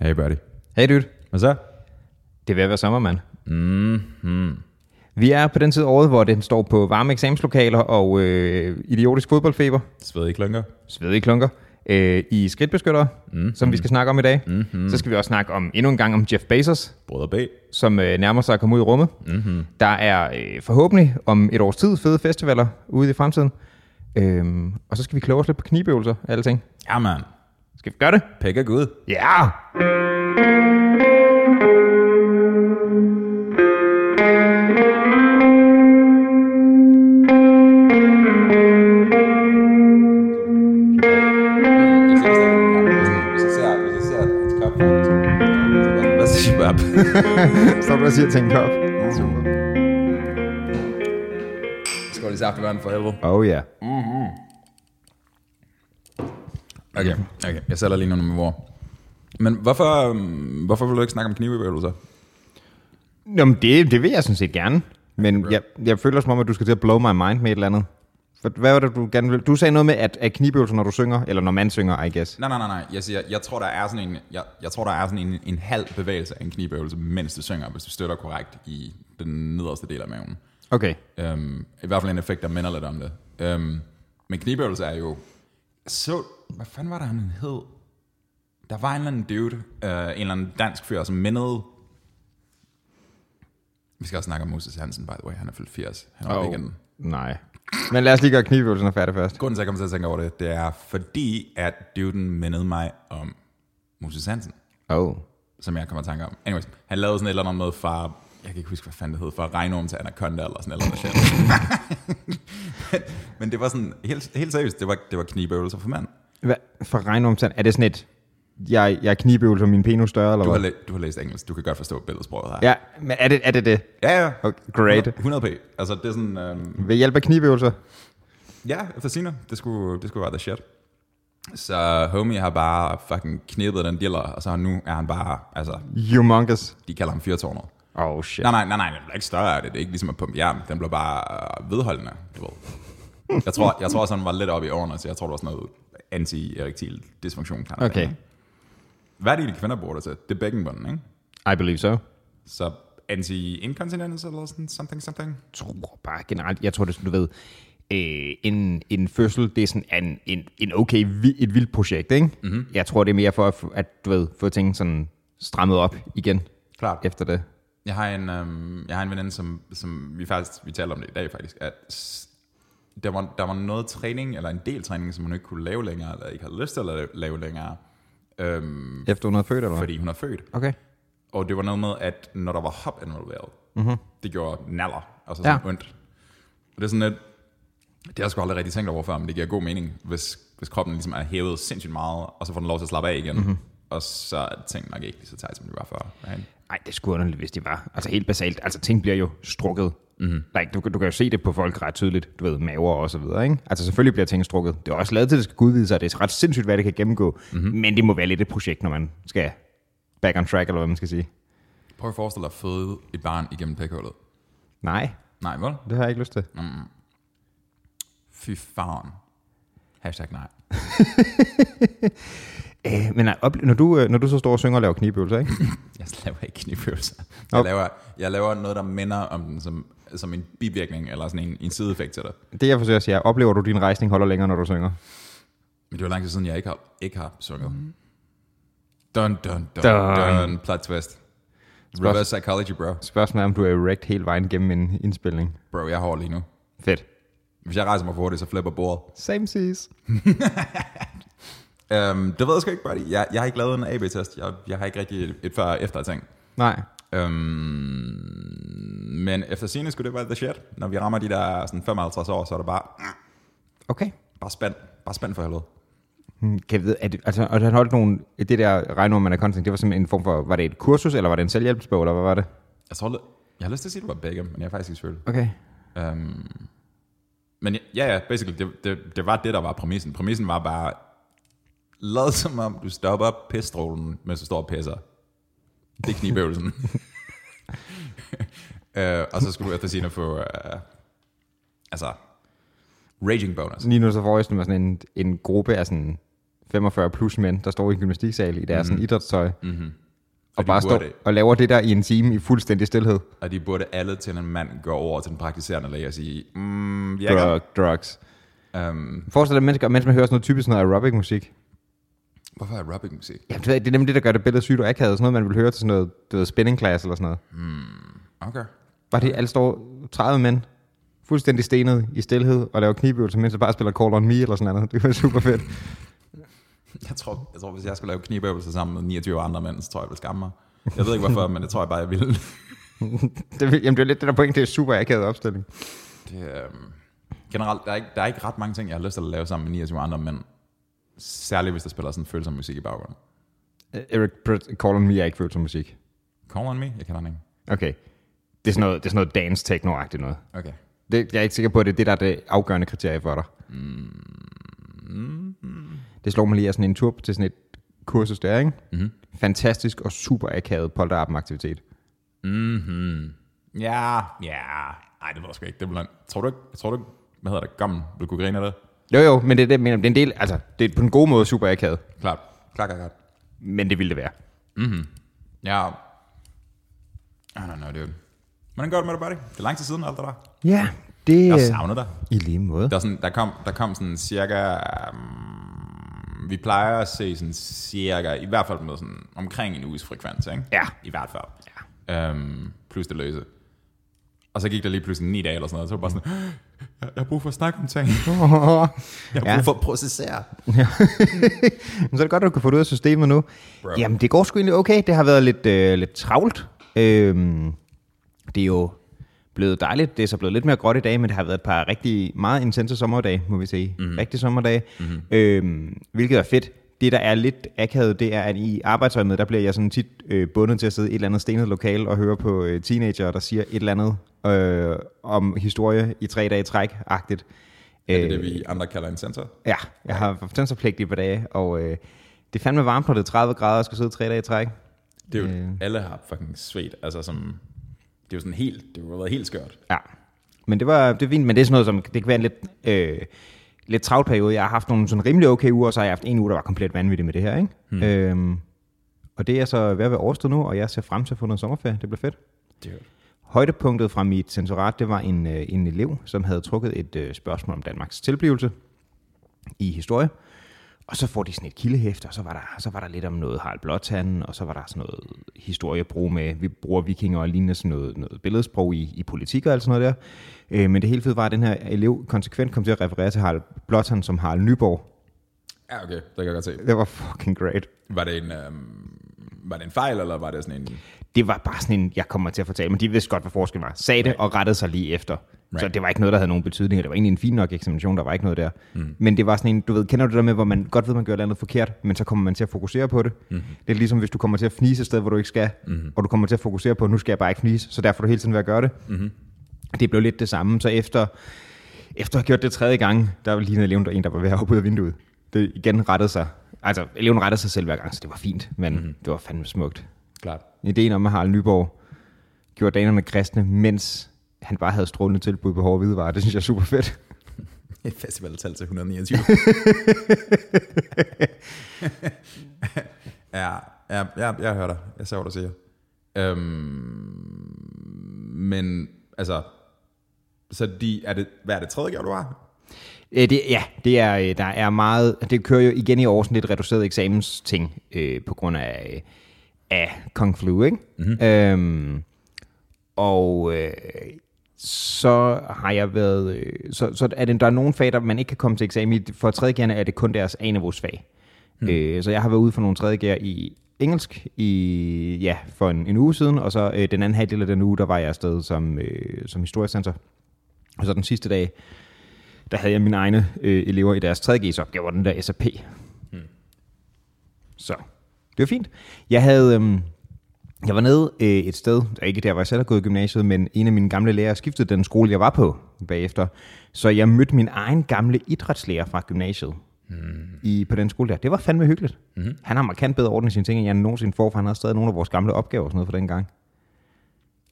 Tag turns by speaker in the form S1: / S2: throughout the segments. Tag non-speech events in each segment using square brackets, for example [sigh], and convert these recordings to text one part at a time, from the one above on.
S1: Hey buddy.
S2: Hey dude,
S1: Hvad så?
S2: det er ved at være sommer, mand.
S1: Mm-hmm.
S2: Vi er på den tid af året, hvor den står på varme eksamenslokaler og øh, idiotisk fodboldfeber,
S1: Sved i klunker.
S2: svedige klunker, øh, i skridtbeskyttere, mm. som vi skal snakke om i dag. Mm-hmm. Så skal vi også snakke om endnu en gang om Jeff Bezos,
S1: Brødre B.
S2: som øh, nærmer sig at komme ud i rummet. Mm-hmm. Der er øh, forhåbentlig om et års tid fede festivaler ude i fremtiden. Øhm, og så skal vi kloge os lidt på knibøvelser og alting.
S1: Ja, man.
S2: Skal vi gøre det?
S1: Pæk er gud.
S2: Ja! Yeah!
S1: Hvad siger jeg bare?
S2: Så du og siger tænke op.
S1: Skål i saftevand for helvede.
S2: Oh ja. Yeah.
S1: Okay, okay. Jeg sælger lige nogle med hvor. Men hvorfor, øhm, hvorfor vil du ikke snakke om knivbevægelser?
S2: Nå, men det, det vil jeg sådan set gerne. Men jeg, jeg føler som om, at du skal til at blow my mind med et eller andet. For hvad var det, du gerne ville? Du sagde noget med, at, at knibøvelser, når du synger, eller når man synger, I guess.
S1: Nej, nej, nej, nej. Jeg siger, jeg tror, der er sådan en, jeg, jeg tror, der er sådan en, en halv bevægelse af en knibøvelse, mens du synger, hvis du støtter korrekt i den nederste del af maven.
S2: Okay.
S1: Øhm, I hvert fald en effekt, der minder lidt om det. Øhm, men knibøvelse er jo... Så, hvad fanden var der, han hed? Der var en eller anden dude, øh, en eller anden dansk fyr, som mindede... Vi skal også snakke om Moses Hansen, by the way. Han er fyldt 80. Han er oh. igen.
S2: Nej. Men lad os lige gøre knibøvelsen færdig først.
S1: Grunden til, at jeg kom til at tænke over det, det er fordi, at duden mindede mig om Moses Hansen,
S2: Oh.
S1: som jeg kommer i tanke om. Anyways, han lavede sådan et eller andet med fra, jeg kan ikke huske, hvad fanden det hed, fra Regnorm til Anaconda eller sådan et eller andet
S2: [laughs]
S1: shit. men, men, det var sådan, helt, helt seriøst, det var, det var knibøvelser for mand.
S2: Hvad? For regnomstand, er det sådan et, jeg, jeg knibøvelser min penis større, eller
S1: Du har,
S2: hvad?
S1: læ- du har læst engelsk, du kan godt forstå billedsproget her.
S2: Ja, men er det er det? det?
S1: ja, ja.
S2: Okay, great.
S1: 100 p. Altså, det er sådan, øhm,
S2: Ved hjælp af knibøvelser?
S1: Ja, efter sine. Det skulle, det skulle være the shit. Så homie har bare fucking knippet den diller, og så har- nu er han bare, altså,
S2: Humongous.
S1: de kalder ham fyrtårnet.
S2: Oh shit.
S1: Nej, nej, nej, nej, den bliver ikke større af det. Det er ikke ligesom at pumpe jern. Den bliver bare øh, vedholdende, du ved. Jeg tror, jeg tror også, han var lidt oppe i årene, så jeg tror, det var sådan noget anti-erektil dysfunktion. Kan
S2: Okay.
S1: Hvad er det, de kvinder bruger det til? Det er bækkenbunden, ikke?
S2: I believe so.
S1: Så anti-inkontinens eller sådan something, something.
S2: tror bare generelt, jeg tror det er sådan, du ved, øh, en, en fødsel, det er sådan en, en, en okay, vi, et vildt projekt, ikke?
S1: Mhm.
S2: Mm-hmm. Jeg tror, det er mere for, at, at du ved, få ting sådan strammet op igen
S1: Klart.
S2: efter det.
S1: Jeg har en, øhm, jeg har en veninde, som, som vi faktisk vi talte om det i dag faktisk, at s- der var, der var noget træning, eller en del træning, som hun ikke kunne lave længere, eller ikke havde lyst til at lave, lave længere, øhm,
S2: Efter hun er født, eller hvad?
S1: fordi hun er født.
S2: Okay.
S1: Og det var noget med, at når der var hop involveret, mm-hmm. det gjorde naller, altså sådan
S2: Ja.
S1: ja. ondt. Og det er sådan lidt, det har jeg sgu aldrig rigtig tænkt over før, men det giver god mening, hvis, hvis kroppen ligesom er hævet sindssygt meget, og så får den lov til at slappe af igen. Mm-hmm. Og så er ting nok ikke lige så tight, som de var før. Right?
S2: Ej, det skulle underligt, hvis det var. Altså helt basalt. Altså ting bliver jo strukket.
S1: Mhm.
S2: Mm-hmm. Like, du, kan- du kan jo se det på folk ret tydeligt. Du ved, maver og så videre, ikke? Altså selvfølgelig bliver ting strukket. Det er også lavet til, at det skal udvide sig, og det er ret sindssygt, hvad det kan gennemgå.
S1: Mhm.
S2: Mm-hmm. Men det må være lidt et projekt, når man skal back on track, eller hvad man skal sige.
S1: Prøv at forestille dig at føde et barn igennem pækhullet.
S2: Nej,
S1: Nej, vel?
S2: det har jeg ikke lyst til.
S1: Fy farven. Hashtag nej.
S2: Øh, men nej, ople- når, du, øh, når du så står og synger og laver knibøvelser, ikke? [laughs]
S1: Jeg laver ikke knivfølelser. Jeg,
S2: Op.
S1: laver, jeg laver noget, der minder om den som, som en bivirkning, eller sådan en, en sideeffekt til det.
S2: det jeg forsøger at sige er, oplever du, at din rejsning holder længere, når du synger?
S1: Men det var lang tid siden, jeg ikke har, ikke har sunget. Dun, dun, dun,
S2: Dun.
S1: dun, dun. Plot twist. Reverse psychology, bro.
S2: Spørgsmålet er, om du er erect hele vejen gennem en indspilning.
S1: Bro, jeg er hård lige nu.
S2: Fedt.
S1: Hvis jeg rejser mig for hurtigt, så flipper bordet.
S2: Same seas.
S1: Um, det ved jeg sgu ikke, buddy. Jeg, jeg har ikke lavet en AB-test. Jeg, jeg har ikke rigtig et, et før og efter ting.
S2: Nej.
S1: Øhm, men efter scene skulle det være the shit. Når vi rammer de der sådan 55 år, så er det bare,
S2: Okay.
S1: bare spændt. Bare spændt for helvede.
S2: Hmm, Kan jeg vide, at, altså, og han holdt nogle, det der regnord, man er konstant, det var simpelthen en form for, var det et kursus, eller var det en selvhjælpsbog, eller hvad var det?
S1: Jeg tror, det- jeg har lyst til at sige, at det var begge, men jeg er faktisk ikke i tvivl.
S2: Okay.
S1: Øhm, men ja, ja, basically, det, det, det, var det, der var præmissen. Præmissen var bare, lad som om du stopper pissstrålen, mens du står og pisser. Det er knibøvelsen.
S2: [laughs]
S1: øh, og så skulle du efter scene få, øh, altså, raging bonus.
S2: Lige nu så forresten mig sådan en, en gruppe af sådan 45 plus mænd, der står i en gymnastiksal i deres mm. idrætstøj, mm-hmm. og,
S1: Mhm. de
S2: bare står
S1: burde-
S2: og laver det der i en time i fuldstændig stillhed.
S1: Og de burde alle til en mand gå over til den praktiserende læge og sige, mm, virker.
S2: Drug, drugs.
S1: Um,
S2: Forestil dig, mens, mens man hører sådan noget typisk sådan noget aerobic musik.
S1: hvorfor er rubbing musik?
S2: Jamen, det, ved jeg ikke, det er nemlig det, der gør det billede sygt og akavet. Sådan noget, man vil høre til sådan noget, du ved, spinning class eller sådan noget.
S1: Okay.
S2: Bare det, alle står 30 mænd, fuldstændig stenet i stillhed og laver knibøvelser, mens de bare spiller Call on Me eller sådan noget. [laughs] Det var super fedt.
S1: Jeg tror, jeg tror, hvis jeg skulle lave knibøvelser sammen med 29 andre mænd, så tror jeg, jeg ville skamme mig. Jeg ved ikke hvorfor, men det tror jeg bare, jeg ville.
S2: Det, vil- jamen, det er lidt det der point, det er super akavet opstilling.
S1: [laughs] Det, um, generelt, der er, ikke, der er ikke ret mange ting, jeg har lyst til at lave sammen med 29 andre mænd. Særligt, hvis der spiller sådan følsom musik i baggrunden.
S2: Eric Brett, Call on Me er ikke følt som musik.
S1: Call on me? Jeg kender den ikke.
S2: Okay. Det er sådan noget, det er sådan noget dance techno noget.
S1: Okay.
S2: Det, jeg er ikke sikker på, at det er det, der er det afgørende kriterie for dig. Mm. Det slår mig lige af sådan en tur til sådan et kursus der, ikke? Mm-hmm. Fantastisk og super akavet polterappen-aktivitet.
S1: Mhm. Ja, ja. Nej, det ved jeg sgu ikke. Det er blandt. Tror du ikke, tror du ikke, hvad hedder det, gommen vil kunne grine af det?
S2: Jo jo, men det er det, jeg mener. Det er en del, altså, det er på en god måde super akavet,
S1: Klart. Klart, klart, klart.
S2: men det ville det være.
S1: Ja. I don't know, dude. Hvordan går det med dig, buddy? Det er lang tid siden, alt det der.
S2: Ja, det
S1: Jeg savner dig.
S2: I lige måde.
S1: Der, er sådan, der, kom, der kom sådan cirka... Um, vi plejer at se sådan cirka, i hvert fald med sådan omkring en uges frekvens, ikke?
S2: Ja.
S1: I hvert fald. Ja. Um, plus det løse. Og så gik der lige pludselig ni dage eller sådan noget, så var jeg bare sådan, jeg, jeg har brug for at snakke om ting. [laughs] Jeg har
S2: [laughs] Ja.
S1: brug for at processere.
S2: Men så er det godt, at du kan få det ud af systemet nu. Bro. Jamen, det går sgu egentlig okay. Det har været lidt, øh, lidt travlt. Øhm, det er jo blevet dejligt. Det er så blevet lidt mere gråt i dag, men det har været et par rigtig meget intense sommerdage, må vi sige.
S1: Mhm.
S2: Mm-hmm. Rigtig sommerdage. Mm-hmm. Øhm, hvilket er fedt. Det, der er lidt akavet, det er, at i arbejdsøjemed, der bliver jeg sådan tit øh, bundet til at sidde i et eller andet stenet lokale og høre på øh, teenager, der siger et eller andet øh, om historie i tre dage i træk-agtigt.
S1: Det er det, vi andre kalder en sensor.
S2: Ja, jeg har haft tønserpligt i et par dage, og øh, det er fandme varmt, når det er 30 grader, og skal sidde tre dage i træk.
S1: Det er jo, alle har fucking svedt, altså som, det er jo sådan helt, det har jo været helt skørt.
S2: Ja. Men det var det er fint, men det er sådan noget, som det kan være en lidt, øh, lidt travl periode. Jeg har haft nogle sådan rimelig okay uger, og så har jeg haft en uge, der var komplet vanvittig med det her. Ikke? Hmm. Øhm, og det er så ved at være overstået nu, og jeg ser frem til at få noget sommerferie. Det bliver fedt.
S1: Dude.
S2: Højdepunktet fra mit censorat, det var en, øh, en elev, som havde trukket et øh, spørgsmål om Danmarks tilblivelse i historie. Og så får de sådan et kildehæfte, og så var der, så var der lidt om noget Harald Blåtand, og så var der sådan noget historiebrug med, vi bruger vikinger og lignende sådan noget, noget billedsprog i, i politik og alt sådan noget der. Øh, men det hele fede var, at den her elev konsekvent kom til at referere til Harald Blåtand som Harald Nyborg.
S1: Ja, okay, det kan jeg godt se.
S2: Det var fucking great.
S1: Var det en, øhm, var det en fejl, eller var det sådan en...
S2: det var bare sådan en, jeg kommer til at fortælle, men de vidste godt, hvad forskellen var. Sagde det og rettede sig lige efter. Right. Så det var ikke noget, der havde nogen betydning, og det var egentlig en fin nok eksamination, der var ikke noget der. Mm. Men det var sådan en, du ved, kender du det der med, hvor man godt ved, man gør noget forkert, men så kommer man til at fokusere på det. Mm. Det er ligesom, hvis du kommer til at fnise et sted, hvor du ikke skal, mm. og du kommer til at fokusere på, nu skal jeg bare ikke fnise, så derfor er du hele tiden ved at gøre det. Mm. Det blev lidt det samme, så efter, efter at have gjort det tredje gang, der lignede eleven der en, der var ved at hoppe ud af vinduet. Det igen rettede sig. Altså, eleven rettede sig selv hver gang, så det var fint, men mm. det var fandme smukt.
S1: Klart.
S2: Ideen om, at Harald Nyborg gjorde danerne kristne, mens han bare havde strålende tilbud på hårde hvidevarer. Det synes jeg er super fedt.
S1: Et festivaltal til [laughs] 129. ja, ja, ja, jeg hører dig. Jeg ser, hvad du siger. Øhm, men, altså... Så de, er det, hvad er det tredje gang, du var?
S2: Øh, det, ja, det er, øh, der er meget... Det kører jo igen i år sådan lidt reduceret eksamensting øh, på grund af, øh, af Kung Flu, ikke? Mm-hmm. Øhm, og øh, så har jeg været... Øh, så, så er det, der er nogle fag, der man ikke kan komme til eksamen i. For tredje gerne er det kun deres A-niveausfag. Mm. Øh, så jeg har været ude for nogle tredje gear i engelsk i, ja, for en, en uge siden, og så øh, den anden halvdel af den uge, der var jeg afsted som, øh, som historiecenter. Og så den sidste dag, der havde jeg mine egne øh, elever i deres 3G's opgaver, den der SAP. Hmm. Så, det var fint. Jeg havde, øhm, jeg var nede øh, et sted, der ikke der, hvor jeg selv har gået i gymnasiet, men en af mine gamle lærere skiftede den skole, jeg var på bagefter. Så jeg mødte min egen gamle idrætslærer fra gymnasiet. I, på den skole der. Det var fandme hyggeligt. Mm. Han har markant bedre orden i sine ting, end jeg nogensinde får, for han har stadig nogle af vores gamle opgaver og sådan noget for den gang.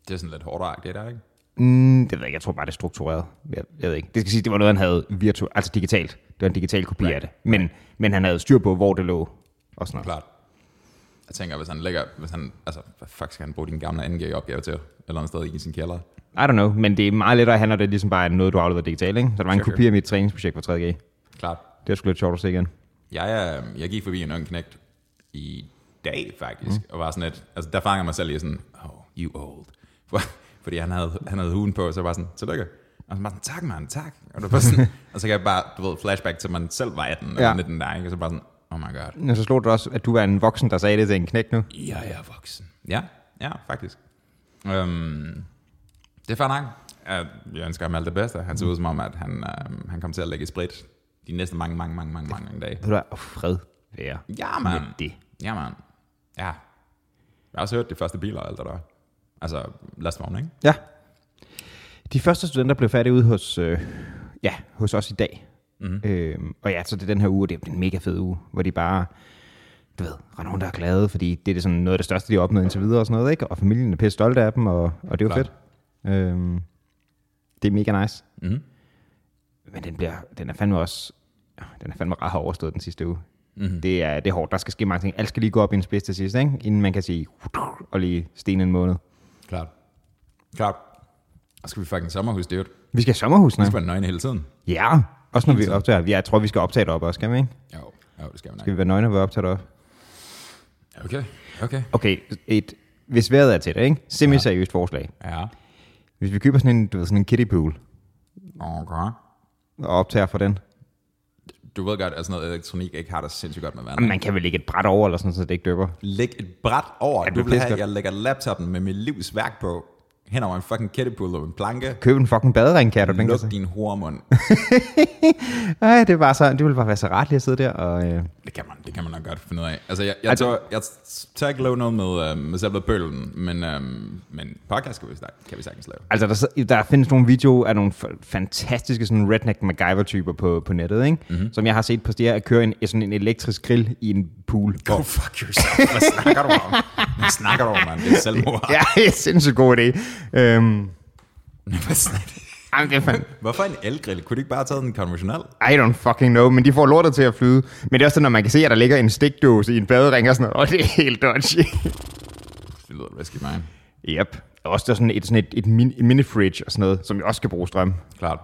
S1: Det er sådan lidt hårdere, det der, ikke?
S2: Mm, det ved jeg ikke, jeg tror bare, det er struktureret. Jeg, jeg ved ikke. Det skal sige, det var noget, han havde virtu- altså digitalt. Det var en digital kopi right. af det. Men, men han havde styr på, hvor det lå. Og sådan noget.
S1: Klart. Jeg tænker, hvis han lægger, hvis han, altså, hvad fuck skal han bruge din gamle NG-opgave til? Eller en sted i sin kælder?
S2: I don't know, men det er meget lettere, handler det ligesom bare om noget, du har afleveret digitalt, ikke? Så der var en
S1: Sure.
S2: kopi af mit træningsprojekt fra 3G.
S1: Klart.
S2: Det var sgu lidt sjovt at se igen.
S1: Jeg, øh, jeg gik forbi en ung knægt i dag, faktisk, mm. og var sådan lidt, altså der fanger jeg mig selv i sådan, oh, you old. For, fordi han havde, han havde huden på, så jeg var sådan, tillykke. Og så bare sådan, tak mand, tak. Og, det var [laughs] sådan, og så kan jeg bare, du ved, flashback til, man selv var 18 eller
S2: Ja.
S1: 19 der, ikke? Og så bare sådan, oh my god.
S2: Og så slog det også, at du var en voksen, der sagde det til en knæk nu.
S1: Jeg er voksen. Ja, ja, faktisk. Øhm, det er fair nok. Øh, Jeg ønsker ham alt det bedste. Han ser ud som om, at han, øhm, han kommer til at lægge i sprit de næste mange, mange, mange, mange, mange dage.
S2: Ved du hvad? Og fred være.
S1: Ja, mand.
S2: Med det.
S1: Ja, mand. Ja. Jeg har også hørt de første biler og alt det der. Altså, lastvogne, ikke?
S2: Ja. De første studenter blev færdige ude hos, øh, ja, hos os i dag.
S1: Mhm.
S2: Mm-hmm. Øhm, og ja, så det er den her uge, og det er en mega fed uge, hvor de bare, du ved, render rundt og er glade, fordi det er det sådan noget af det største, de har opnået indtil videre og sådan noget, ikke? Og familien er pisse stolte af dem, og, og det er jo
S1: Klart.
S2: fedt. Øhm, det er mega nice.
S1: Mhm.
S2: Men den, bliver, den er fandme også, den er fandme ret hård overstået den sidste uge.
S1: Mhm.
S2: Mm-hmm. Det, er, det er hårdt, der skal ske mange ting. Alt skal lige gå op i en spids til sidst, ikke? Inden man kan sige, og lige sten en måned.
S1: Klart. Klart. Og skal vi fucking sommerhus, det er jo Vi
S2: Vi skal i sommerhus nu.
S1: skal være nøgne hele tiden.
S2: Ja, Altså. også når vi optager. Ja, Jeg tror, vi skal optage det op også, skal vi ikke?
S1: Jo, jo det skal vi nok.
S2: Skal vi være nøgne, når vi optager det op?
S1: Okay, okay.
S2: Okay, et, hvis vejret er til det, ikke? Semi-seriøst forslag.
S1: Ja.
S2: Hvis vi køber sådan en, du ved, sådan en kiddie pool
S1: Okay.
S2: og optager for den.
S1: Du ved godt, at sådan noget elektronik ikke har det sindssygt godt med vand.
S2: Jamen, man kan vel lægge et bræt over, eller sådan, så det ikke døber.
S1: Læg et bræt over.
S2: Ja,
S1: du
S2: det er
S1: vil have,
S2: pissegodt.
S1: at jeg lægger laptoppen med mit livs værk på hen over en fucking kettepool og en planke.
S2: Køb en fucking badering, kan du den kan
S1: Luk
S2: se.
S1: din hormund.
S2: Ej, det, var så, det ville bare være så rart lige at sidde der. Og, øh,
S1: Det kan man, det kan man nok godt finde ud af. Altså, jeg, jeg,
S2: Altså-
S1: tror, jeg tør ikke lave noget med, øh, med selve bølgen, men, øh, men podcast kan vi, snak- kan vi sagtens lave.
S2: altså, der, sid- der findes nogle videoer af nogle f- fantastiske sådan redneck MacGyver-typer på, på nettet, ikke? Mm-hmm. Som jeg har set på stier at køre en, sådan en elektrisk grill i en pool.
S1: Go fuck yourself. [laughs] Hvad snakker du om? Hvad snakker du om, mand? Det er selvmord.
S2: Ja, [laughs] det er en sindssygt god idé. Øhm,
S1: [laughs] Hvad snakker-
S2: Jamen, det er fandme...
S1: Hvorfor en elgrill? Kunne du ikke bare have taget en konventionel?
S2: I don't fucking know, men de får lortet til at flyde. Men det er også sådan, når man kan se, at der ligger en stikdåse i en badering og sådan noget. Og det er helt dodgy.
S1: Det lyder risky, man.
S2: [laughs] yep. Også der er sådan et, sådan et, et min, mini-fridge og sådan noget, som jo også skal bruge strøm.
S1: Klart.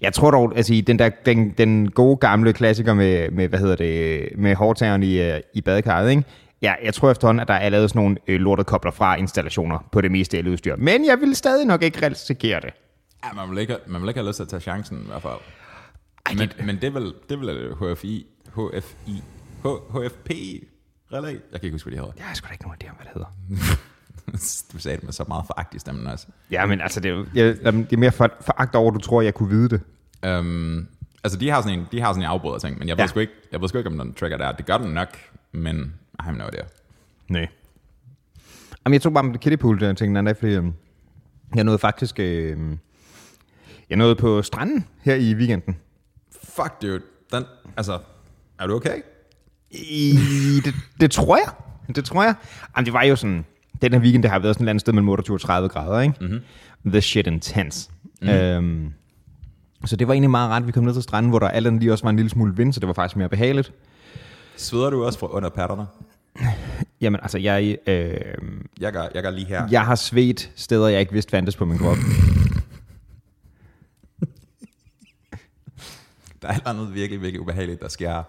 S2: Jeg tror dog, altså i den, der, den, den gode gamle klassiker med, med hvad hedder det, med hårdtageren i, øh, i badekarret, ikke? Ja, jeg tror efterhånden, at der er lavet sådan nogle øh, lortet kobler fra installationer på det meste eludstyr. Men jeg vil stadig nok ikke risikere det.
S1: Ja, man vil, ikke, man vil ikke have lyst til at tage chancen, i hvert fald. Men, men det er vel, det er vel øh, HFI, HFI, H, HFP, relæ? Jeg kan ikke huske, hvad de hedder.
S2: Jeg har sgu da ikke nogen idé om, hvad det hedder.
S1: [laughs] Du sagde det med så meget foragt i stemmen også.
S2: Ja, men altså, det er, jo- jeg, jamen, det er mere for, foragt over, at du tror, jeg kunne vide det.
S1: Um, altså, de har sådan en, de har sådan en afbryder ting, men jeg ved,
S2: Ja.
S1: ja. sgu ikke, jeg ved sgu ikke, om den trigger der. Det gør den nok, men I have no idea.
S2: Nej. Jamen, jeg tog bare med det kittypool, der tænkte den anden dag, fordi øhm, jeg nåede faktisk... Øh, jeg nåede på stranden her i weekenden.
S1: Fuck, dude. Den, altså, er du okay?
S2: I, det, det tror jeg. Det tror jeg. Jamen, det var jo sådan... Den her weekend, det har været sådan et eller andet sted mellem 28 og 30 grader, ikke? Mm-hmm. The shit intense. Mm-hmm. Øhm, så det var egentlig meget rart, vi kom ned til stranden, hvor der alt andet lige også var en lille smule vind, så det var faktisk mere behageligt.
S1: Sveder du også fra under patterne?
S2: Jamen, altså, jeg... Øh,
S1: Jeg gør, jeg gør lige her.
S2: Jeg har svedt steder, jeg ikke vidste fandtes på min krop.
S1: Der er et eller andet virkelig, virkelig ubehageligt, der sker,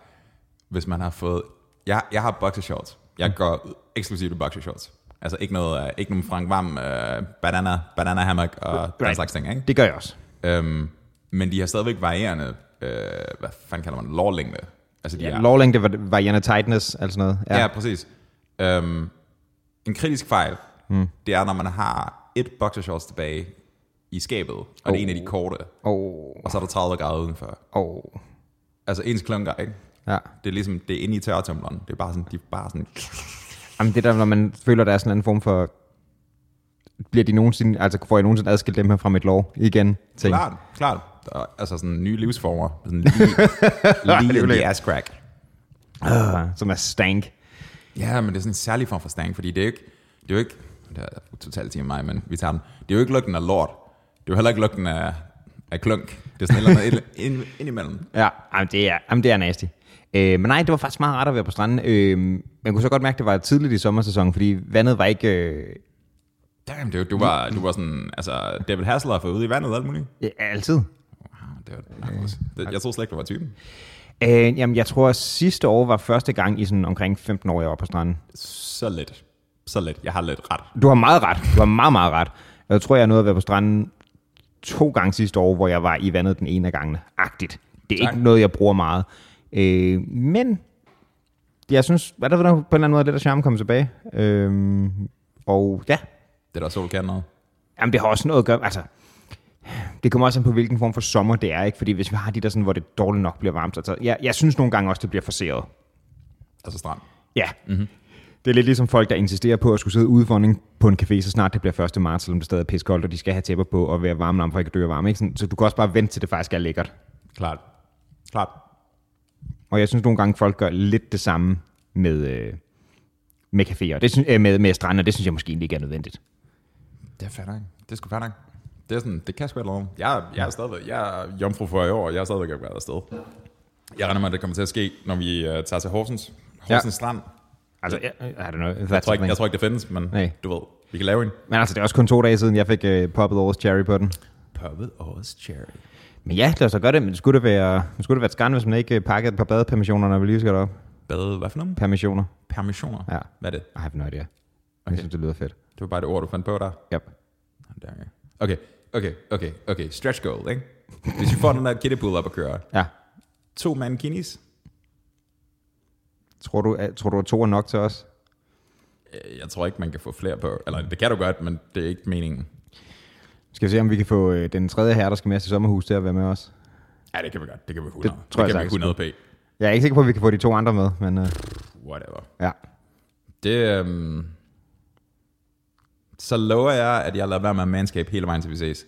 S1: hvis man har fået... Jeg, jeg har boxershorts. Jeg går eksklusivt i boxershorts. Altså ikke noget, øh, ikke nogen Frank Vam, øh, banana, banana hammock og right. den
S2: Right.
S1: slags ting, ikke?
S2: Det gør jeg også.
S1: Øhm, men de har stadigvæk varierende, øh, hvad fanden kalder man, lårlængde. Altså de
S2: Ja.
S1: er,
S2: Lawling, det var Vajana Tightness, altså sådan noget.
S1: Ja, præcis. Øhm, en kritisk fejl, mm. det er, når man har et boxershorts tilbage i skabet, og oh. det er en af de korte,
S2: Og,
S1: og så er der 30 grader udenfor.
S2: og,
S1: Altså ens klunker, ikke?
S2: ja.
S1: Det er ligesom, det er inde i tørretumbleren. Det er bare sådan, de er bare sådan,
S2: Jamen det der, når man føler, der er sådan en anden form for... Bliver de nogensinde, altså får jeg nogensinde adskilt dem her fra mit lov igen? Ting.
S1: klart, klart. Der er, altså sådan nye livsformer. [laughs] Sådan lige, lige in the ass crack.
S2: Uh, som er stank.
S1: Ja, men det er sådan en særlig form for stang, fordi det er jo ikke, det er jo ikke, det er totalt til mig, men vi tager den. Det er jo ikke lugten af lort. jo heller ikke lugten af, af klunk. Det er sådan et eller andet ind, ind, indimellem.
S2: Ja, jamen det er, jamen det er nasty. Øh, men nej, det var faktisk meget rart at være på stranden. Øh, man kunne så godt mærke, at det var tidligt i sommersæsonen, fordi vandet var ikke... Øh,
S1: Damn, det, du, var, du var sådan, altså, David Hasselhoff er ude i vandet og alt muligt.
S2: ja, øh, altid.
S1: Wow, det var, det, jeg troede slet ikke, du var typen.
S2: Øh, jamen, jeg tror, at sidste år var første gang i sådan omkring 15 år, jeg var på stranden.
S1: Så let. Så let. Jeg har lidt ret.
S2: Du har meget ret. Du har meget, meget ret. Jeg tror, jeg nåede at være på stranden to gange sidste år, hvor jeg var i vandet den ene af gangene. Agtigt. Det er
S1: Tak.
S2: ikke noget, jeg bruger meget. Øh, men jeg synes, hvad der var der på en eller anden måde, det der charme kom tilbage. Øh, og ja,
S1: Det er der sol kan noget.
S2: Jamen, det har også noget at gøre, altså, det kommer også an på, hvilken form for sommer det er, ikke? Fordi hvis vi har de der sådan, hvor det dårligt nok bliver varmt, altså, jeg, jeg synes nogle gange også, det bliver forseret.
S1: Altså strand.
S2: Ja. Mm-hmm. Det er lidt ligesom folk, der insisterer på at skulle sidde ude foran en, på en café, så snart det bliver 1. marts, selvom det stadig er piskoldt, og de skal have tæpper på og være varme lamper, for ikke at dø af varme. Ikke? Sådan, så du kan også bare vente til, det faktisk er lækkert.
S1: Klart. Klart.
S2: Og jeg synes nogle gange, folk gør lidt det samme med, øh, med caféer, det synes, øh, med, med strande, og det synes jeg måske egentlig ikke er nødvendigt.
S1: Det er fandme. Det er sgu fandme. Det er sådan, det kan sgu et eller andet. Jeg, jeg er stadigvæk, jeg er jomfru for i år, og jeg er stadigvæk ikke været afsted. Jeg regner med, at det kommer til at ske, når vi uh, tager til Horsens. Horsens ja. Strand.
S2: Altså, jeg, jeg, I don't know.
S1: Jeg tror, ikke, jeg tror ikke, det findes, men
S2: Nej.
S1: Nej. du ved, vi kan lave en.
S2: Men altså, det er også kun to dage siden, jeg fik øh, poppet årets cherry på den.
S1: Purple Årets Cherry.
S2: Men ja, lad os da gøre det, men det skulle det være, det skulle det være et skarn, hvis man ikke øh, pakkede et par badepermissioner, når vi lige skal derop.
S1: Bade, hvad for nogen?
S2: Permissioner.
S1: Permissioner.
S2: Ja.
S1: Hvad er det?
S2: I have no idea. Okay. Jeg synes, det lyder fedt.
S1: Det var bare det ord, du fandt på der.
S2: Yep.
S1: Der, ja. Okay, okay, okay, okay. Stretch goal, ikke? Hvis vi får den der kittypool op at køre.
S2: Ja.
S1: To mankinis.
S2: Tror du, at, tror du, at to er nok til os?
S1: Øh, Jeg tror ikke, man kan få flere på. Eller det kan du godt, men det er ikke meningen.
S2: Skal vi se, om vi kan få øh, den tredje herre, der skal med til sommerhus, til at være med os?
S1: Ja, det kan vi godt. Det kan vi 100. Det,
S2: tror jeg
S1: kan vi
S2: sagtens.
S1: 100 p.
S2: Jeg er ikke sikker på, at vi kan få de to andre med, men øh,
S1: Whatever.
S2: ja.
S1: Det, øhm, så lover jeg, at jeg lader være med at mandskabe hele vejen, til vi ses.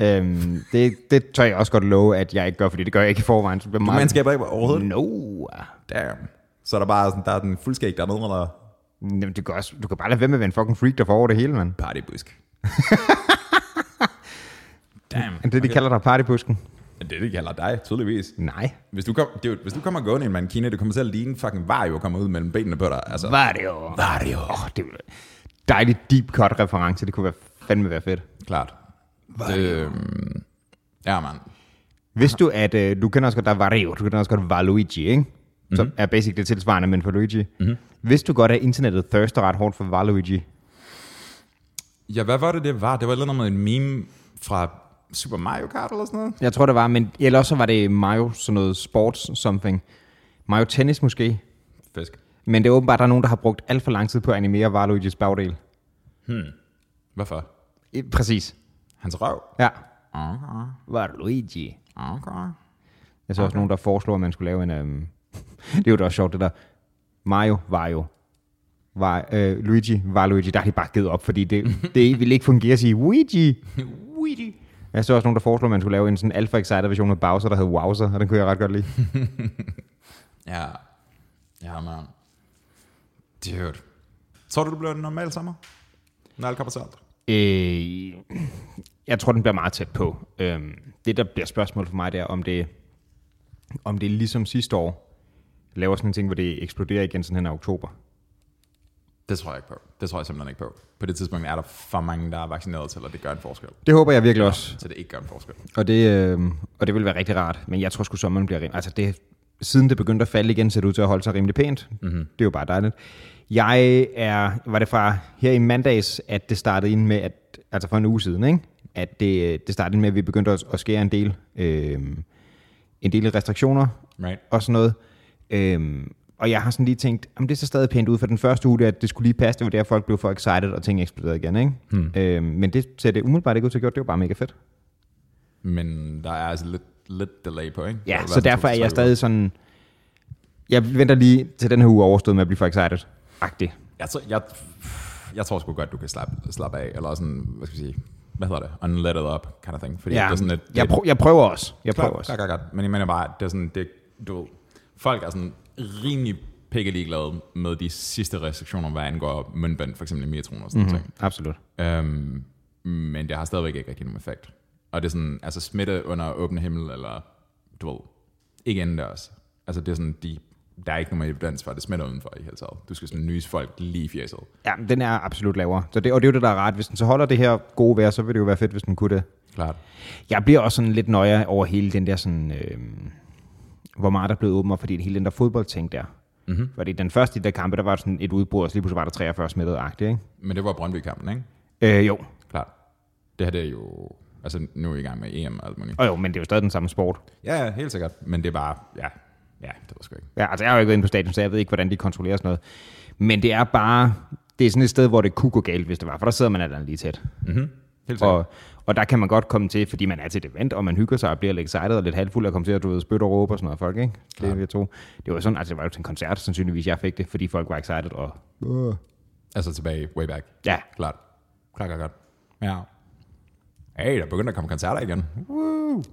S2: Øhm, det, det tør jeg også godt love, at jeg ikke gør, fordi det gør jeg ikke i forvejen. Så bliver
S1: Du mandskaber ikke overhovedet?
S2: No.
S1: Damn. Så er der bare sådan, der er den fuldskæg dernede, eller
S2: Jamen, du, kan også, du kan bare lade være med at være en fucking freak, der får over det hele, mand. [laughs]
S1: partybusk. Damn.
S2: Det, de kalder dig partybusken.
S1: Det er det, de kalder dig, tydeligvis.
S2: Nej.
S1: Hvis du, kom, det, er jo- hvis du kommer gående i en mand Kina, det kommer til at ligne fucking vario at komme ud mellem benene på dig. Altså,
S2: Vario. Vario. Oh, det er dejlig deep cut reference. Det kunne være, fandme være fedt.
S1: klart. Det, øhm, ja, mand.
S2: Vidste du, at øh, du kender også godt, der er Vario, du kender også godt Valuigi, ikke? Som mm-hmm. er basic det tilsvarende, men for Luigi. Mm-hmm. Vidste du godt, at internettet thirster ret hårdt for Valuigi?
S1: Ja, hvad var det, det var? Det var et eller andet med en meme fra Super Mario Kart eller sådan noget?
S2: Jeg tror, det var, men eller også var det Mario, sådan noget sports something. Mario Tennis måske.
S1: Fisk.
S2: Men det er åbenbart, der er nogen, der har brugt alt for lang tid på at animere Valuigis bagdel.
S1: Hvorfor?
S2: Eh, Præcis.
S1: Hans røv?
S2: Ja.
S1: Okay,
S2: Valuigi.
S1: okay.
S2: Jeg så også nogen, der foreslår, at man skulle lave en... Øhm, [laughs] det er jo da også sjovt, det der. Mario var jo... Var, øh, Luigi var Luigi. Der har de bare givet op, fordi det, det ville ikke fungere at sige Luigi.
S1: Weedy.
S2: Jeg så også nogen, der foreslår, at man skulle lave en sådan alfa excited version med Bowser, der hed Wowser, og den kunne jeg ret godt lide.
S1: Ja. Ja, man. Dude. Tror du, det bliver en normal sommer? Når alt kommer til alt?
S2: Øh, jeg tror, den bliver meget tæt på. Øhm, det, der bliver spørgsmålet for mig, det er, om det, om det er ligesom sidste år laver sådan en ting, hvor det eksploderer igen sådan hen af oktober.
S1: Det tror jeg ikke på. Det tror jeg simpelthen ikke på. På det tidspunkt er der for mange, der er vaccineret til, at det gør en forskel.
S2: Det håber jeg virkelig også.
S1: Så det ikke gør en forskel.
S2: Og det, øh, og det vil være rigtig rart, men jeg tror sgu sommeren bliver rim. Altså det, siden det begyndte at falde igen, ser det ud til at holde sig rimelig pænt. Mm-hmm. Det er jo bare dejligt. Jeg er, var det fra her i mandags, at det startede ind med, at, altså for en uge siden, ikke? at det, det startede ind med, at vi begyndte at, at skære en del, øh, en del restriktioner
S1: Right?
S2: og sådan noget. Øhm, og jeg har sådan lige tænkt, om det ser stadig pænt ud for den første uge, der, at det skulle lige passe, det var der folk blev for excited, og ting eksploderede igen, ikke? Hmm. Øhm, men det ser det umiddelbart ikke ud til at gøre, det var bare mega fedt.
S1: Men der er altså lidt, lidt delay på, ikke? Der
S2: Ja,
S1: vil
S2: så
S1: være
S2: derfor
S1: to
S2: er
S1: til tre
S2: jeg
S1: uger.
S2: stadig sådan... Jeg venter lige til den her uge overstået med at blive for excited. Agtig.
S1: Jeg tror, jeg, jeg tror sgu godt, du kan slappe, slappe af, eller sådan, hvad skal vi sige, hvad hedder det? Unletted up, kind of thing. Fordi det er sådan lidt,
S2: jeg,
S1: det-
S2: prøver, jeg prøver også. Jeg
S1: Klart,
S2: prøver også.
S1: klart, klart, klart. Men jeg mener bare, at det er sådan, det, du ved, folk er sådan rimelig pikkelig glade med de sidste restriktioner, hvad angår
S2: Mhm.
S1: møntband, for eksempel i metroen og sådan mm-hmm.
S2: Absolut.
S1: ting. Øhm, men det har stadigvæk ikke rigtig nogen effekt. Og det er sådan, altså smitte under åben himmel, eller du ved, ikke indendørs. Altså det er sådan, de, der er ikke nogen evidens for, at det smitter udenfor i hele taget. Du skal sådan nyse folk lige i fjeset.
S2: Ja, men den er absolut lavere. Så det, og det er jo det, der er rart. Hvis den så holder det her gode vejr, så vil det jo være fedt, hvis den kunne det.
S1: Klart.
S2: Jeg bliver også sådan lidt nøje over hele den der sådan... Øh, hvor meget der blev åbent, og fordi hele den der fodboldting der.
S1: Mhm.
S2: Mm-hmm. Fordi den første i de der kampe, der var sådan et udbrud, og så lige pludselig var der 43 smittede agtigt,
S1: Men det var Brøndby-kampen, ikke?
S2: ikke? Øh, jo.
S1: Klart. Det her, det er jo... Altså, nu er vi i gang med EM og alt muligt.
S2: Og jo, men det er jo stadig den samme sport.
S1: Ja, ja, helt sikkert. Men det er bare... Ja, ja det var sgu ikke.
S2: Ja, altså jeg har jo ikke været inde på stadion, så jeg ved ikke, hvordan de kontrollerer sådan noget. Men det er bare, det er sådan et sted, hvor det kunne gå galt, hvis det var, for der sidder man alt andet lige tæt.
S1: Mhm. Helt sikkert.
S2: Og, og der kan man godt komme til, fordi man er til et event, og man hygger sig og bliver lidt excited og lidt halvfuld og kommer til at du ved, spytte og råbe og sådan noget folk, ikke? Det er jeg to. Det var sådan, altså det var jo til en koncert, sandsynligvis jeg fik det, fordi folk var excited og...
S1: Altså tilbage, way back.
S2: Ja,
S1: Klart. Klart, klart, klart. Ja. Hey, der begynder at komme koncerter igen.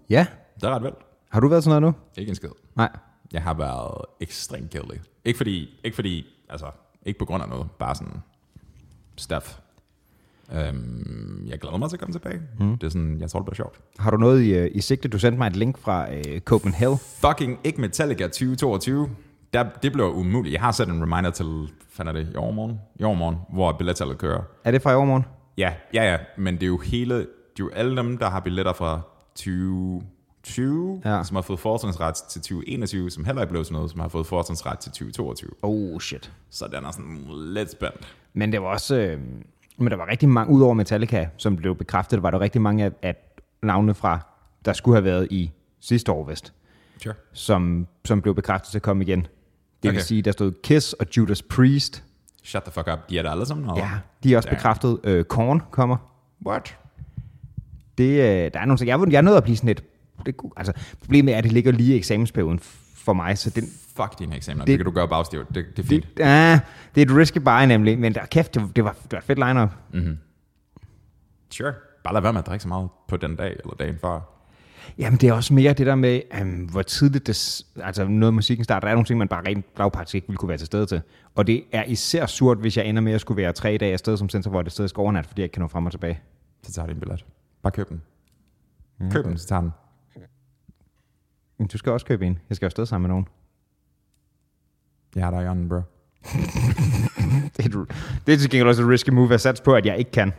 S2: ja.
S1: Det er ret vel.
S2: Har du været sådan noget nu?
S1: Ikke en skid.
S2: Nej.
S1: Jeg har været ekstremt kedelig. Ikke fordi, ikke fordi, altså, ikke på grund af noget. Bare sådan stuff. Øhm, jeg glæder mig til at komme tilbage. Mm. Det er sådan, jeg tror, det bliver sjovt.
S2: Har du noget i, øh, i sigte? Du sendte mig et link fra øh, Copenhagen.
S1: Fucking ikke Metallica 2022. Der, det blev umuligt. Jeg har sat en reminder til, fanden er det, i overmorgen? I overmorgen, hvor billettallet kører.
S2: Er det fra i overmorgen?
S1: Ja, ja, ja, men det er jo hele, det er jo alle dem, der har billetter fra 2020,
S2: Ja.
S1: ja. som har fået fortrinsret til 2021, som heller ikke blev til noget, som har fået fortrinsret til 2022.
S2: Oh shit.
S1: Så den er sådan lidt spændt.
S2: Men der var også... Øh, men der var rigtig mange, udover Metallica, som blev bekræftet, var der rigtig mange af, af navnene fra, der skulle have været i sidste år vist,
S1: Sure.
S2: som, som blev bekræftet til at komme igen. Det okay.
S1: Okay.
S2: vil sige, der stod Kiss og Judas Priest.
S1: Shut the fuck up. De er der alle sammen? eller?
S2: Ja, de er også
S1: Damn.
S2: bekræftet. Øh, Korn kommer.
S1: What?
S2: Det, øh, der er nogle ting, jeg, jeg er nødt at blive sådan lidt... Det, kunne- altså, problemet er, at det ligger lige i eksamensperioden for mig, så den,
S1: Fuck dine eksamener. Det, det kan du gøre bagstivt. Det, det er fint.
S2: det, ah, det er et risky buy nemlig, men der, kæft, det, var- det, var, det var et fedt lineup.
S1: Sure. Bare lad være med at drikke så meget på den dag eller dagen før.
S2: Jamen, det er også mere det der med, um, hvor tidligt det, s- altså noget af musikken starter. Der er nogle ting, man bare rent lavpraktisk ikke ville kunne være til stede til. Og det er især surt, hvis jeg ender med at skulle være tre dage afsted som sensor, hvor det stadig skal overnatte, fordi jeg ikke kan nå frem og tilbage.
S1: Så tager de en billet. Bare køb den. Køb den, så tager den.
S2: Men du skal også købe en. Jeg skal jo afsted sammen med nogen. [laughs]
S1: Jeg er der i ånden, bro.
S2: Det er, et- det er til gengæld også et risky move at satse på, at jeg ikke kan.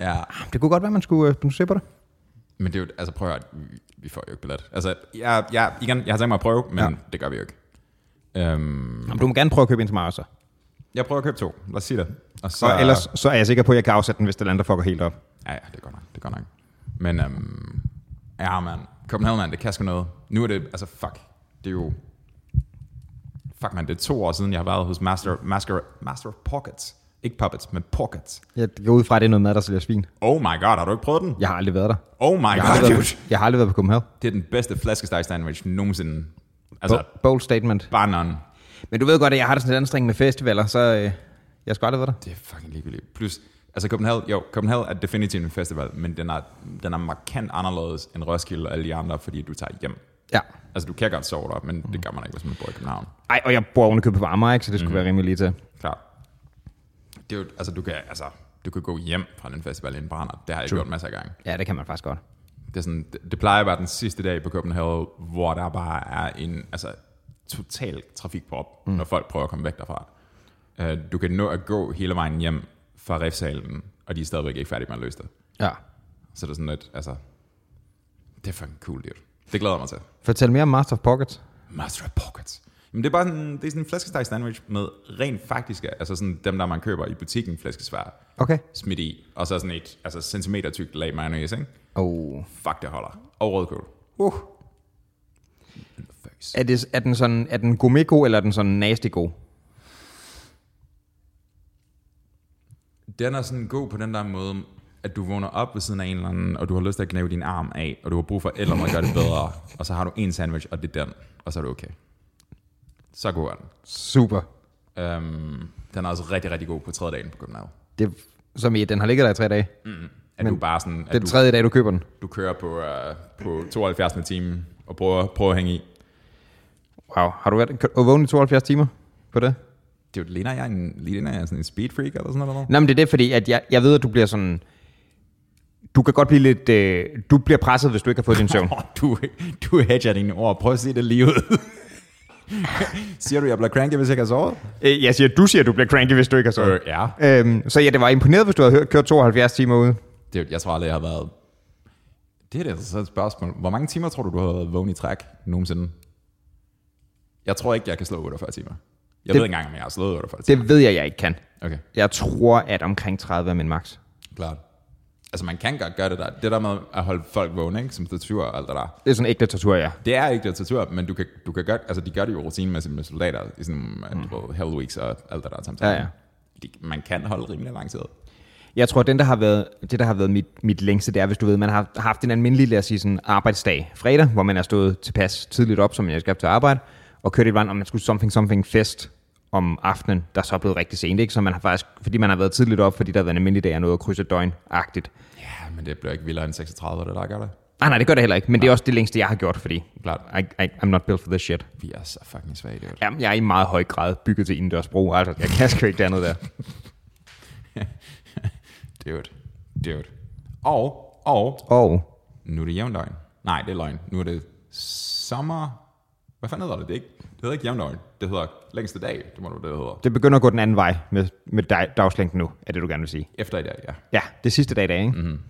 S1: Ja,
S2: Det kunne godt være, man skulle øh, se på det.
S1: Men det er jo, altså prøv at høre, vi- vi får jo ikke billet. Altså, jeg, jeg, igen, jeg har tænkt mig at prøve, men
S2: Ja.
S1: ja. det gør vi jo ikke. Øhm,
S2: Jamen, du må gerne prøve at købe en til mig også.
S1: jeg prøver at købe to, lad os sige det. Og så,
S2: Så ellers så er jeg sikker på, at jeg kan afsætte den, hvis det lander fucker helt op.
S1: Ja, ja, det går nok, det går nok. Men, øhm, ja, mand, Copenhagen, mand, det kan sgu noget. Nu er det, altså, fuck, det er jo, fuck, man, det er to år siden, jeg har været hos Master, Master, Master of Pockets. Ikke Puppets, men Pockets.
S2: Jeg går ud fra, at det er noget mad, der sælger svin.
S1: Oh my god, har du ikke prøvet den?
S2: Jeg har aldrig været der.
S1: Oh my
S2: Jeg har
S1: god,
S2: aldrig
S1: dude.
S2: været, jeg har aldrig været på Copenhagen.
S1: Det er den bedste flæskesteg sandwich nogensinde. Altså,
S2: Altså, bold statement.
S1: bare none.
S2: Men du ved godt, at jeg har det sådan lidt anstrengende med festivaler, så øh, jeg skal aldrig være der.
S1: Det er fucking ligegyldigt. Plus, altså Copenhagen, jo, Copenhagen er definitivt en festival, men den er, den er markant anderledes end Roskilde og alle de andre, fordi du tager hjem.
S2: Ja.
S1: Altså, du kan godt sove der, men det gør man ikke, hvis man bor i København.
S2: Ej, og jeg bor ovenikøbet på Amager, ikke? så det skulle mm. være rimelig lige til.
S1: Klar. Det er jo, altså, du kan, altså, du kan gå hjem fra den festival i en brænder. Det har jeg gjort masser af gange.
S2: Ja, det kan man faktisk godt.
S1: Det, er sådan, det, det plejer at være den sidste dag på Copenhagen, hvor der bare er en altså, total trafikprop, mm. når folk prøver at komme væk derfra. Uh, du kan nå at gå hele vejen hjem fra Refsalen, og de er stadigvæk ikke færdige med at løse det.
S2: Ja.
S1: Så det er sådan lidt, altså, det er fucking cool, dude. Det glæder jeg mig til.
S2: Fortæl mere om Master of Pockets.
S1: Master of Pockets. Jamen, det er bare sådan, det er sådan en flæskesteg sandwich med rent faktiske, altså sådan dem, der man køber i butikken, flæskesvær,
S2: Okay.
S1: smidt i, og så sådan et altså centimeter tykt lag mayonnaise, ikke?
S2: Oh.
S1: Fuck, det holder. Og rødkål.
S2: Uh.
S1: Nervøs.
S2: Er, det, er den sådan, er den gourmet god, eller er den sådan nasty god?
S1: Den er sådan god på den der måde, at du vågner op ved siden af en eller anden, og du har lyst til at knæve din arm af, og du har brug for eller at gøre det bedre, og så har du en sandwich, og det er den, og så er du okay. Så god er den.
S2: Super.
S1: Øhm, den er også rigtig, rigtig god på tredje dagen på København.
S2: Det, som i, at den har ligget der i tre dage.
S1: At Men du bare sådan, at
S2: Den
S1: du,
S2: tredje dag, du køber den.
S1: du kører på, øh, på 72. time og prøver, prøver at hænge i.
S2: Wow. Har du været og vågnet i 72 timer på det?
S1: Det er jo, ligner jeg en, ligner jeg sådan en speed freak eller sådan noget?
S2: Nå, men det er det, fordi at jeg, jeg ved, at du bliver sådan... Du kan godt blive lidt... Øh, du bliver presset, hvis du ikke har fået din søvn.
S1: Åh, du, du hedger dine ord. Prøv at se det lige ud. [laughs] Siger du, jeg bliver cranky, hvis jeg ikke har sovet?
S2: Øh, [laughs] jeg siger, du siger, du bliver cranky, hvis du ikke har sovet.
S1: Øh, ja.
S2: Øhm, så ja, det var imponeret, hvis du havde hørt, kørt 72 timer ude.
S1: Det, jeg tror aldrig, jeg har været... Det er et interessant spørgsmål. Hvor mange timer tror du, du har været vågen i træk nogensinde? Jeg tror ikke, jeg kan slå 48 timer. Jeg det, ved ikke engang, om jeg har slået 48 timer.
S2: Det ved jeg, jeg ikke kan.
S1: Okay,
S2: Jeg tror, at omkring 30 er min max.
S1: klart. Altså, man kan godt gøre det der. Det der med at holde folk vågne, ikke? som tortur og alt det der.
S2: Det er sådan ægte tortur, ja.
S1: Det er ikke diktatur, men du kan, du kan godt, altså de gør det jo rutinemæssigt med soldater, i sådan mm. du ved, Hell Weeks og alt det der samtidig.
S2: Ja, ja.
S1: De, man kan holde rimelig lang tid.
S2: Jeg tror, den, der har været, det, der har været mit, mit længste, det er, hvis du ved, man har haft en almindelig, lad os sige, sådan arbejdsdag fredag, hvor man er stået tilpas tidligt op, som jeg skal op til arbejde, og kørt et vand, om man skulle something something fest om aftenen, der er så er blevet rigtig sent, ikke? Så man har faktisk, fordi man har været tidligt op, fordi der har været en almindelig dag, og noget at krydse et døgn-agtigt. Ah,
S1: Ja, men det bliver ikke vildere end 36, det der gør det.
S2: Nej, nej, det gør det heller ikke, men det er også det længste, jeg har gjort, fordi
S1: Klart.
S2: I, I, I'm not built for this shit.
S1: Vi er så fucking svage, det
S2: Jamen, jeg er i meget høj grad bygget til indendørsbro, altså jeg kan sgu ikke det andet der.
S1: Dude. Dude. Og, og,
S2: Og
S1: nu er det jævndøgn. Nej, det er løgn. Nu er det sommer... Hvad fanden hedder det? Det, er ikke, det hedder ikke jævndøgn. Det hedder længste dag. Det må du det hedder.
S2: det begynder at gå den anden vej med, med dag, dagslængden nu, er det du gerne vil sige.
S1: Efter i dag, ja.
S2: Ja, det er sidste dag i dag, ikke? Mm.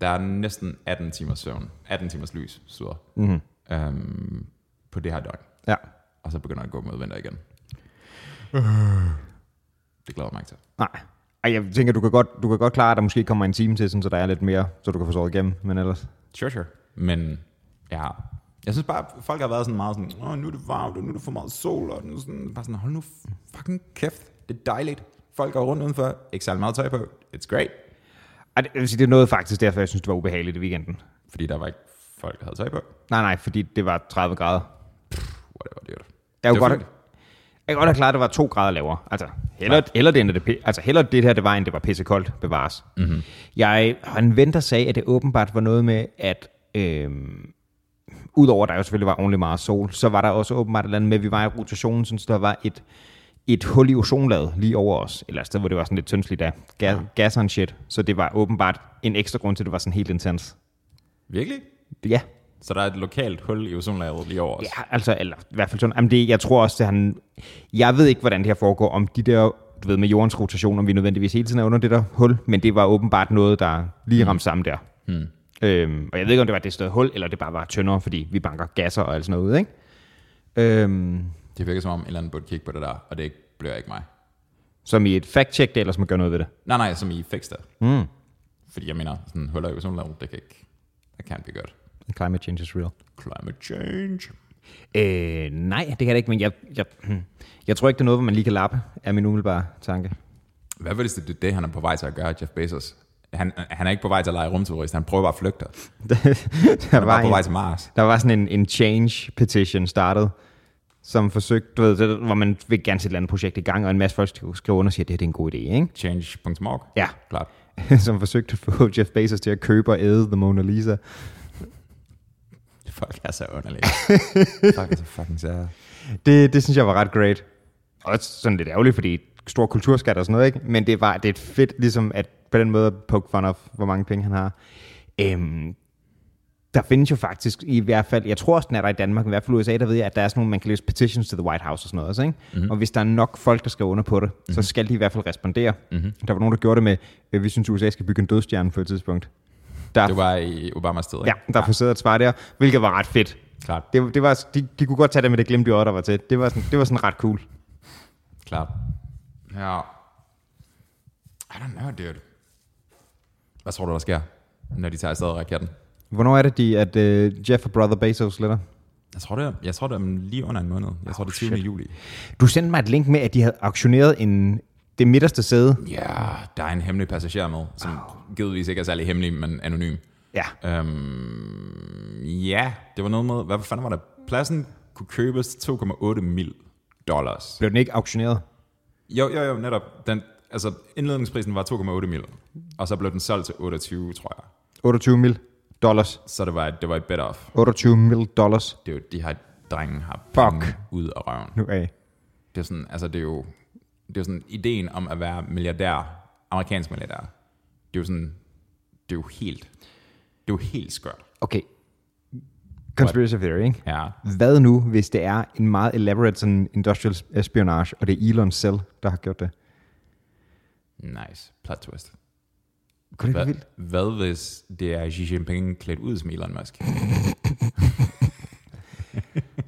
S1: Der er næsten 18 timers søvn. 18 timers lys, så. Mm-hmm. Øhm, på det her døgn.
S2: Ja.
S1: Og så begynder det at gå mod vinter igen. Det glæder jeg mig ikke til.
S2: Nej. Ej, jeg tænker, du kan godt, du kan godt klare, at der måske kommer en time til, sådan, så der er lidt mere, så du kan få sovet igennem, men ellers...
S1: Sure, sure. Men ja, jeg synes bare, folk har været sådan meget sådan, Åh, nu er det varmt, og nu er det for meget sol, og nu sådan, bare sådan, hold nu fucking kæft, det er dejligt. Folk går rundt udenfor, ikke særlig meget tøj på, it's great.
S2: Ej, det, jeg vil sige, det er noget faktisk derfor, jeg synes, det var ubehageligt i weekenden.
S1: Fordi der var ikke folk, der havde tøj på.
S2: Nej, nej, fordi det var 30 grader.
S1: Whatever, dude.
S2: Jeg
S1: Det
S2: kunne
S1: var
S2: godt,
S1: fint.
S2: jeg kunne godt have klaret, at det var to grader lavere. Altså, heller, heller, det, end at det, pi- altså, heller det her, det var, end det var pissekoldt bevares. Mm-hmm. Jeg har en ven, der sagde, at det åbenbart var noget med, at... Øhm, udover at der jo selvfølgelig var ordentligt meget sol, så var der også åbenbart et eller andet med, at vi var i rotationen, sådan, så der var et, et hul i ozonlaget lige over os, eller et sted, hvor det var sådan lidt tyndsligt af ga- gasser and shit. Så det var åbenbart en ekstra grund til, at det var sådan helt intens.
S1: Virkelig?
S2: Ja,
S1: Så der er et lokalt hul i ozonlaget lige over os.
S2: ja altså, eller i hvert fald sådan. Jamen det, jeg tror også, det han... Jeg ved ikke, hvordan det her foregår, om de der du ved, med jordens rotation, om vi nødvendigvis hele tiden er under det der hul, men det var åbenbart noget, der lige ramte sammen der. Mm. Øhm, og jeg ved ikke, om det var det sted hul, eller det bare var tyndere, fordi vi banker gasser og alt sådan noget ud, ikke? Øhm,
S1: Det virker som om, en eller anden burde kigge på det der, og det ikke- bliver ikke mig.
S2: som i et fact-check det, eller som at gøre noget ved det.
S1: Nej, nej, som I fik det. Mm. Fordi jeg mener, sådan huller i ozonlaget, det kan ikke, det kan blive godt.
S2: Climate change is real.
S1: Climate change.
S2: Øh, nej, det kan det ikke, men jeg, jeg, hmm. jeg tror ikke, det er noget, hvor man lige kan lappe, er min umiddelbare tanke.
S1: Hvad hvis det er det, han er på vej til at gøre, Jeff Bezos? Han, han er ikke på vej til at lege rumturist, han prøver bare at flygte. Han
S2: [laughs] der,
S1: er
S2: var
S1: bare på vej
S2: en,
S1: til Mars.
S2: der var sådan en, en change petition startet, som forsøgte, du ved, det, hvor man vil gerne sætte et eller andet projekt i gang, og en masse folk sk- skriver under og siger, at det, her, det er en god idé, ikke?
S1: Change.org?
S2: Ja, [laughs]
S1: Klart.
S2: som forsøgte at få Jeff Bezos til at købe og æde The Mona Lisa.
S1: Folk er så [laughs] underlige. Folk er så fucking sære.
S2: Det, det synes jeg var ret great. Også sådan lidt ærgerligt, fordi stor kulturskat og sådan noget, ikke? Men det, var, det er et fedt, ligesom at på den måde at poke fun of, hvor mange penge han har. Øhm, der findes jo faktisk i hvert fald, jeg tror også, den er der i Danmark, men i hvert fald i USA, der ved jeg, at der er sådan nogle, man kan læse petitions til The White House og sådan noget også, ikke?
S1: Mhm.
S2: Mm-hmm. Og hvis der er nok folk, der skal under på det, mm-hmm. så skal de i hvert fald respondere. Mm-hmm.
S1: Mhm.
S2: Der var nogen, der gjorde det med, øh, vi synes, USA skal bygge en dødstjerne på et tidspunkt. Der,
S1: Det var i Obamas tid, ikke?
S2: ja, der er forsøget at svare der, hvilket var ret fedt.
S1: Klart.
S2: Det, det var, de, de kunne godt tage det med det glemte øre, der var til. Det var sådan, det var sådan ret cool.
S1: Klart. Ja. I don't know, dude. Hvad tror du, der sker, når de tager afsted og raketten?
S2: Hvornår er det, de, at øh, Jeff og Brother Bezos sletter?
S1: Jeg tror, det er, jeg tror, det er lige under en måned. Jeg tror, det er 20. juli.
S2: Du sendte mig et link med, at de havde auktioneret en, det midterste sæde.
S1: Ja, der er en hemmelig passager med, som oh. givetvis ikke er særlig hemmelig, men anonym.
S2: Ja.
S1: Øhm, ja, det var noget med, hvad fanden var det? Pladsen kunne købes til 2,8 mil dollars.
S2: Blev den ikke auktioneret?
S1: Jo, jo, jo, netop. Den, altså, indledningsprisen var 2,8 mil, og så blev den solgt til 28, tror jeg.
S2: 28 mil dollars.
S1: Så det var, det var et bet off.
S2: 28 mil dollars.
S1: Det er jo, de her drenge har
S2: Fuck.
S1: penge ud af røven.
S2: Nu af.
S1: Det er, sådan, altså, det er jo det er jo sådan ideen om at være milliardær, amerikansk milliardær. Det er jo sådan, Det er jo helt, det er jo helt skørt.
S2: Okay. Conspiracy theory, ikke?
S1: Ja.
S2: Hvad nu, hvis det er en meget elaborate sådan industrial espionage, og det er Elon selv, der har gjort det?
S1: Nice. Plot twist.
S2: Kunne det ikke være
S1: Hvad,
S2: vildt?
S1: hvad hvis det er Xi Jinping klædt ud som Elon Musk?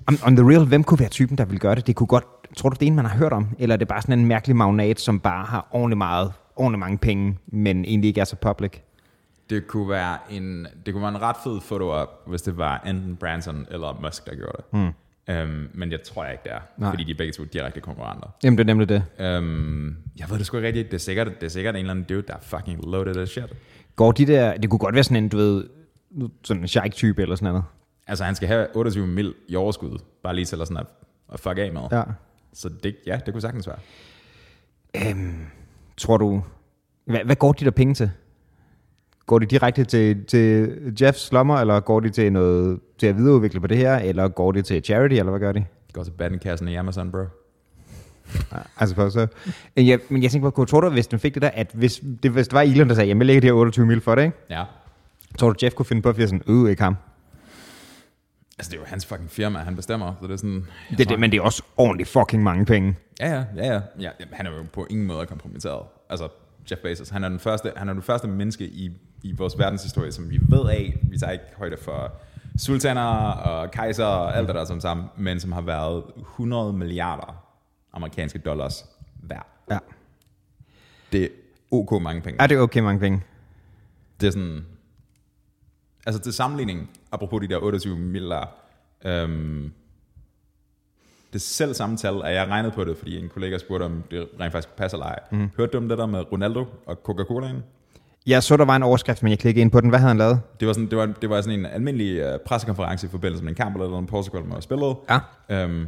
S2: On, on the real, hvem kunne være typen, der ville gøre det? Det kunne godt... Tror du, det er en, man har hørt om? Eller er det bare sådan en mærkelig magnat, som bare har ordentligt meget, ordentligt mange penge, men egentlig ikke er så public?
S1: Det kunne være en, det kunne være en ret fed photo op, hvis det var enten Branson eller Musk, der gjorde det. Mm. Øhm, men jeg tror ikke, det er,
S2: Nej.
S1: Nej. fordi de er begge to direkte konkurrenter.
S2: Jamen, det er nemlig det.
S1: Øhm, jeg ved det sgu ikke rigtigt. Det er, sikkert, det er sikkert en eller anden dude, der er fucking loaded as shit.
S2: Går de der... Det kunne godt være sådan en, du ved, sådan en sheik-type eller sådan noget.
S1: Altså, han skal have 28 mil i overskud, bare lige til at, sådan at, at fuck af med. Ja.
S2: Ja.
S1: Så det, ja, det kunne sagtens være.
S2: Tror du... Hvad, hvad går de der penge til? Går de direkte til, til Jeffs lommer, eller går de til noget til at videreudvikle på det her, eller går de til charity, eller hvad gør de?
S1: Det går til bandekassen i Amazon, bro.
S2: Altså for så. Øh, Ja, men jeg tænker på, tror du, hvis den fik det der, at hvis det, hvis det var Elon, der sagde, jamen jeg lægger de her 28 mil for det, ikke?
S1: Ja.
S2: Tror du, Jeff kunne finde på at sige sådan, øh, ikke ham.
S1: Altså, det er jo hans fucking firma, han bestemmer, så det er sådan... jeg
S2: Det, er
S1: tror-
S2: det, men det er også ordentligt fucking mange penge.
S1: Ja, ja, ja, ja. ja jamen, han er jo på ingen måde kompromitteret. Altså, Jeff Bezos, han er den første, han er den første menneske i, i vores verdenshistorie, som vi ved af. Vi tager ikke højde for sultaner og kejser og alt det der som sammen, men som har været 100 milliarder amerikanske dollars hver.
S2: Ja.
S1: Det er ok mange penge.
S2: Er det er okay mange penge?
S1: Det er sådan... Altså til sammenligning, apropos de der 28 milliarder, øhm, det selv samme tal, og jeg regnede på det, fordi en kollega spurgte, om det rent faktisk passer eller ej. Mm. Hørte du om det der med Ronaldo og Coca-Colaen?
S2: Jeg så, der var en overskrift, men jeg klikkede ind på den. Hvad havde han lavet?
S1: Det var, sådan, det, var, det var sådan en almindelig øh, pressekonference i forbindelse med en kamp eller en Portugal, man var spillet.
S2: Ja.
S1: Øhm,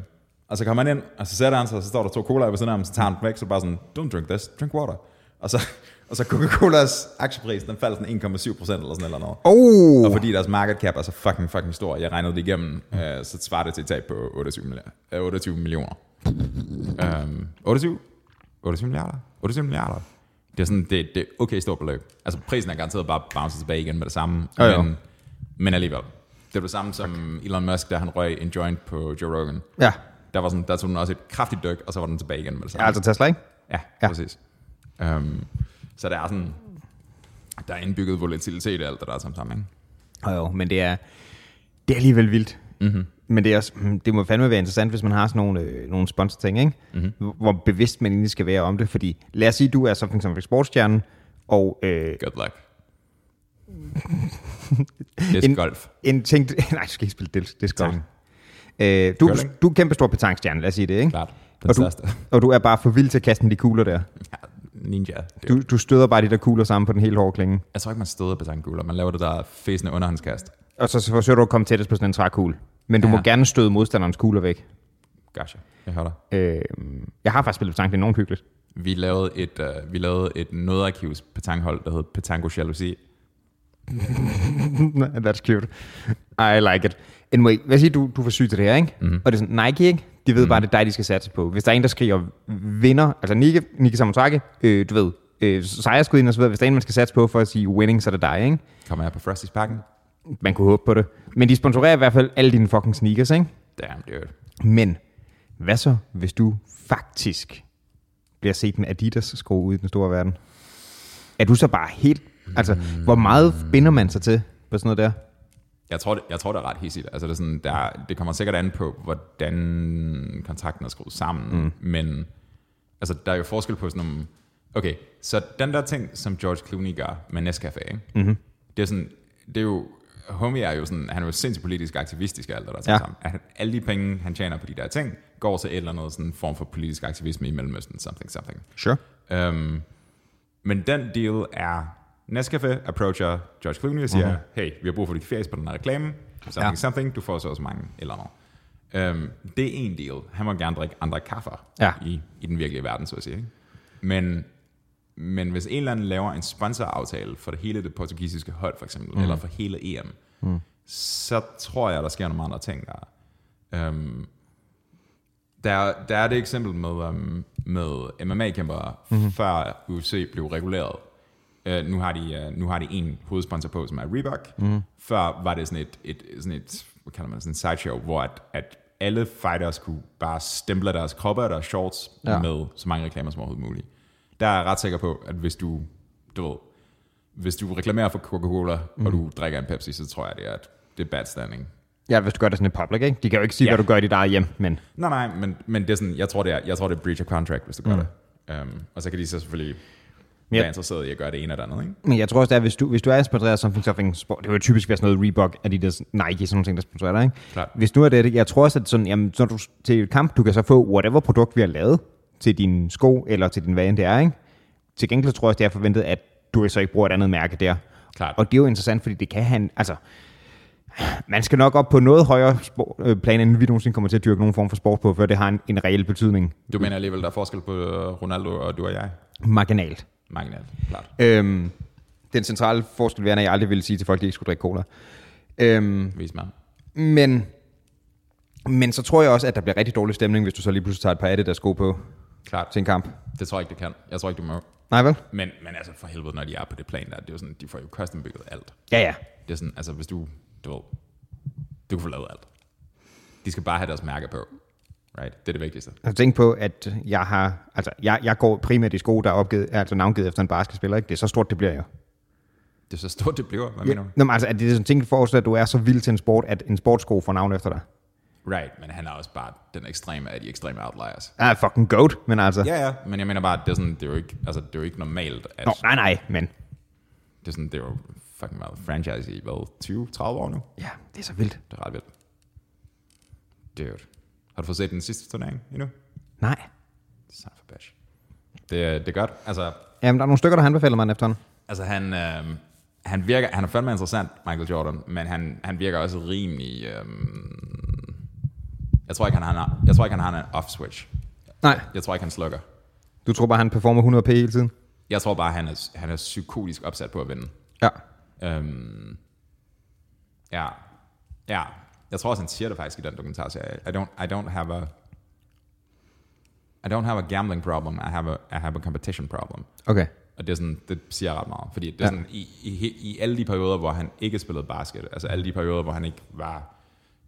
S1: og så kommer han ind, og så sætter han sig, og så står der to cola ved siden af ham, så tager han dem væk, så bare sådan, don't drink this, drink water. Og så, og så Coca-Colas aktiepris, den faldt sådan 1,7% eller sådan et eller noget.
S2: Oh!
S1: Og fordi deres market cap er så fucking, fucking stor, jeg regnede det igennem, øh, så svarer det til et tab på 28, milliarder, øh, 28 millioner. Øhm, 28? 28 milliarder? 28 milliarder? Det er sådan, det, det er okay stort beløb. Altså prisen er garanteret bare bounce tilbage igen med det samme,
S2: Ja, ja.
S1: men, men alligevel. Det er det samme som Elon Musk, da han røg en joint på Joe Rogan.
S2: Ja.
S1: Der, var sådan, der tog den også et kraftigt dyk, og så var den tilbage igen med det samme.
S2: Altså Tesla, ikke?
S1: Ja,
S2: Ja.
S1: ja. præcis. Um, så der er sådan, der er indbygget volatilitet i alt det der er sammen, ikke?
S2: Jo, jo, men det er, det er alligevel vildt. Mm-hmm. Men det, er også, mm, det må fandme være interessant, hvis man har sådan nogle, øh, nogle sponsor-ting, ikke? Mm-hmm. hvor bevidst man egentlig skal være om det. Fordi lad os sige, du er så for eksempel sportsstjernen, og øh,
S1: Good
S2: [laughs]
S1: luck. det er
S2: En-
S1: golf.
S2: en ting... [laughs] Nej, du skal ikke spille disk, disk
S1: Tak.
S2: øh, du,
S1: Curling.
S2: du er kæmpe stor petankstjerne, lad os sige det, ikke?
S1: Klart. Den
S2: Og du,
S1: største.
S2: og du er bare for vild til at kaste med de kugler der.
S1: Ja, ninja. Du.
S2: Du, du støder bare de der kugler sammen på den helt hårde klinge.
S1: Jeg tror ikke, man støder på tankegulder. Man laver det der fæsende underhåndskast.
S2: Og så, så forsøger du at komme tættest på sådan en trækugle. Men du ja.
S1: Ja.
S2: må gerne støde modstanderens kugler væk.
S1: Gotcha. Jeg hører dig.
S2: Øh, jeg har faktisk spillet petanque, det er enormt hyggeligt.
S1: Vi lavede et, uh, vi lavede et nødarkivs petanghold, der hed Petango Jalousi.
S2: [laughs] Nå, That's cute. I like it. Anyway, hvad siger du, du får syg til det her, ikke? Mm. Og det er sådan, Nike, ikke? De ved bare, det er dig, de skal satse på. Hvis der er en, der skriver vinder, altså Nike, Nike Samotake, øh, du ved, øh, sejrskud ind og så videre. Hvis der er en, man skal satse på for at sige winning, så er det dig, ikke?
S1: Kommer jeg på Frosty's Parken?
S2: Man kunne håbe på det. Men de sponsorerer i hvert fald alle dine fucking sneakers, ikke?
S1: Damn, dude.
S2: Men hvad så, hvis du faktisk bliver set med Adidas sko ude i den store verden? Er du så bare helt... Altså, hvor meget binder man sig til på sådan noget der?
S1: Jeg tror, det, jeg tror, det er ret hissigt. Altså, det, er sådan, der, er- det kommer sikkert an på, hvordan kontrakten er skruet sammen. Mm. Men altså, der er jo forskel på sådan nogle... Okay, så den der ting, som George Clooney gør med Nescafé, ikke? Mm-hmm. det er sådan, det er jo... Homie er jo sådan, han er jo sindssygt politisk aktivistisk og alt det der
S2: Ja.
S1: ja. sammen. At han- alle de penge, han tjener på de der ting, går til et eller andet sådan form for politisk aktivisme i Mellemøsten, something, something.
S2: Sure.
S1: Um, men den deal er, Nescafé approacher George Clooney og siger, mm-hmm. hey, vi har brug for dit fjæs på den her reklame, something,
S2: Ja.
S1: ja. something, du får så også mange eller andet. Um, det er en deal. Han må gerne drikke andre kaffer
S2: Ja.
S1: i, i den virkelige verden, så at sige. ikke? Men, men hvis en eller anden laver en sponsoraftale for det hele det portugisiske hold, for eksempel, mm. eller for hele EM, mm. så tror jeg, der sker nogle andre ting, der er. Øhm, der, der er det øhm, eksempel med, um, med MMA-kæmpere, mm-hmm. før UFC blev reguleret. Øh, nu, har de, øh, nu har de en hovedsponsor på, som er Reebok. Mm. Før var det sådan et, et, sådan et hvad kalder man det, sådan en sideshow, hvor at, at alle fighters kunne bare stemple deres kroppe og deres shorts
S2: Ja.
S1: ja. med så mange reklamer som overhovedet muligt. Der er jeg ret sikker på, at hvis du, du ved, hvis du reklamerer for Coca-Cola, mm. og du drikker en Pepsi, så tror jeg, det er, at det er bad standing.
S2: Ja, hvis du gør det sådan et public, ikke? De kan jo ikke sige, ja.
S1: Ja.
S2: hvad du gør i dit eget hjem, men
S1: Nej, nej, men, men det er sådan, jeg tror, det er, jeg tror, det er breach of contract, hvis du gør det. Um, og så kan de så selvfølgelig
S2: Ja.
S1: være interesseret i at gøre det ene eller det andet, ikke?
S2: Men jeg tror også, at hvis du, hvis du er sponsoreret af Something Something Sport, det vil jo typisk være sådan noget Reebok, Adidas, Nike, sådan nogle ting, der sponsorerer dig, ikke?
S1: Klart.
S2: Hvis nu er det, jeg tror også, at sådan, jamen, når du til et kamp, du kan så få whatever produkt, vi har lavet til din sko eller til din hvad end det er, ikke? Til gengæld tror jeg også, det er forventet, at du så ikke bruger et andet mærke der.
S1: Klart.
S2: Og det er jo interessant, fordi det kan han, altså, man skal nok op på noget højere sport, øh, plan, end vi nogensinde kommer til at dyrke nogen form for sport på, før det har en, en reel betydning
S1: Du mener alligevel, der er forskel på øh, Ronaldo og du og jeg?
S2: marginalt.
S1: Marginalt, klart.
S2: Øhm, den centrale forskel værende, at jeg aldrig ville sige til folk, at de ikke skulle drikke cola. Øhm,
S1: Vis mig.
S2: men, men så tror jeg også, at der bliver rigtig dårlig stemning, hvis du så lige pludselig tager et par Adidas sko på
S1: Klart.
S2: til en kamp.
S1: Det tror jeg ikke, det kan. Jeg tror ikke, du må.
S2: Nej vel?
S1: Men, men altså, for helvede, når de er på det plan der, det er jo sådan, de får jo custombygget alt.
S2: Ja, ja.
S1: Det er sådan, altså, hvis du, du ved, du kan få lavet alt. De skal bare have deres mærke på. Right? Det er det vigtigste.
S2: Altså tænk på, at jeg har, altså jeg, jeg går primært i sko, der er, opgivet, er altså navngivet efter en basketspiller, ikke? Det er så stort, det bliver jo.
S1: Det er så stort, det bliver. Hvad
S2: Ja.
S1: mener du?
S2: Nå, men altså, at det er sådan ting, for at du er så vild til en sport, at en sportssko får navn efter dig.
S1: Right, men han er også bare den ekstreme af de ekstreme outliers.
S2: Ah, fucking goat, men altså.
S1: Ja, ja. Men jeg mener bare, at det er, sådan, det er, jo, ikke, altså, det er jo ikke normalt, at
S2: Nå, nej, nej, men.
S1: det, er sådan, det er jo fucking meget franchise i, hvad, 20-30 år nu?
S2: Ja, det er så vildt.
S1: Det er ret vildt. Dude. Har du fået set den sidste turnering endnu?
S2: Nej.
S1: Son for bitch. Det, er- det er godt. Altså,
S2: Jamen, der er nogle stykker, der har anbefalet mig den efterhånden.
S1: altså han, øh, han virker, han er fandme interessant, Michael Jordan, men han, han virker også rimelig, øh, jeg tror ikke, han har en, jeg tror ikke, han har en off-switch.
S2: Nej.
S1: Jeg tror ikke, han slukker.
S2: Du tror bare, han performer 100 p hele tiden?
S1: Jeg tror bare, han er, han er psykotisk opsat på at vinde.
S2: Ja.
S1: Øhm, ja. Ja. Jeg tror også, han siger det faktisk i den dokumentarserie. I don't, I don't have a... I don't have a gambling problem, I have a, I have a competition problem.
S2: Okay.
S1: Og det, er sådan, det siger jeg ret meget. Fordi det er
S2: Ja.
S1: ja. sådan, i, i, he- i, alle de perioder, hvor han ikke spillede basket, altså alle de perioder, hvor han ikke var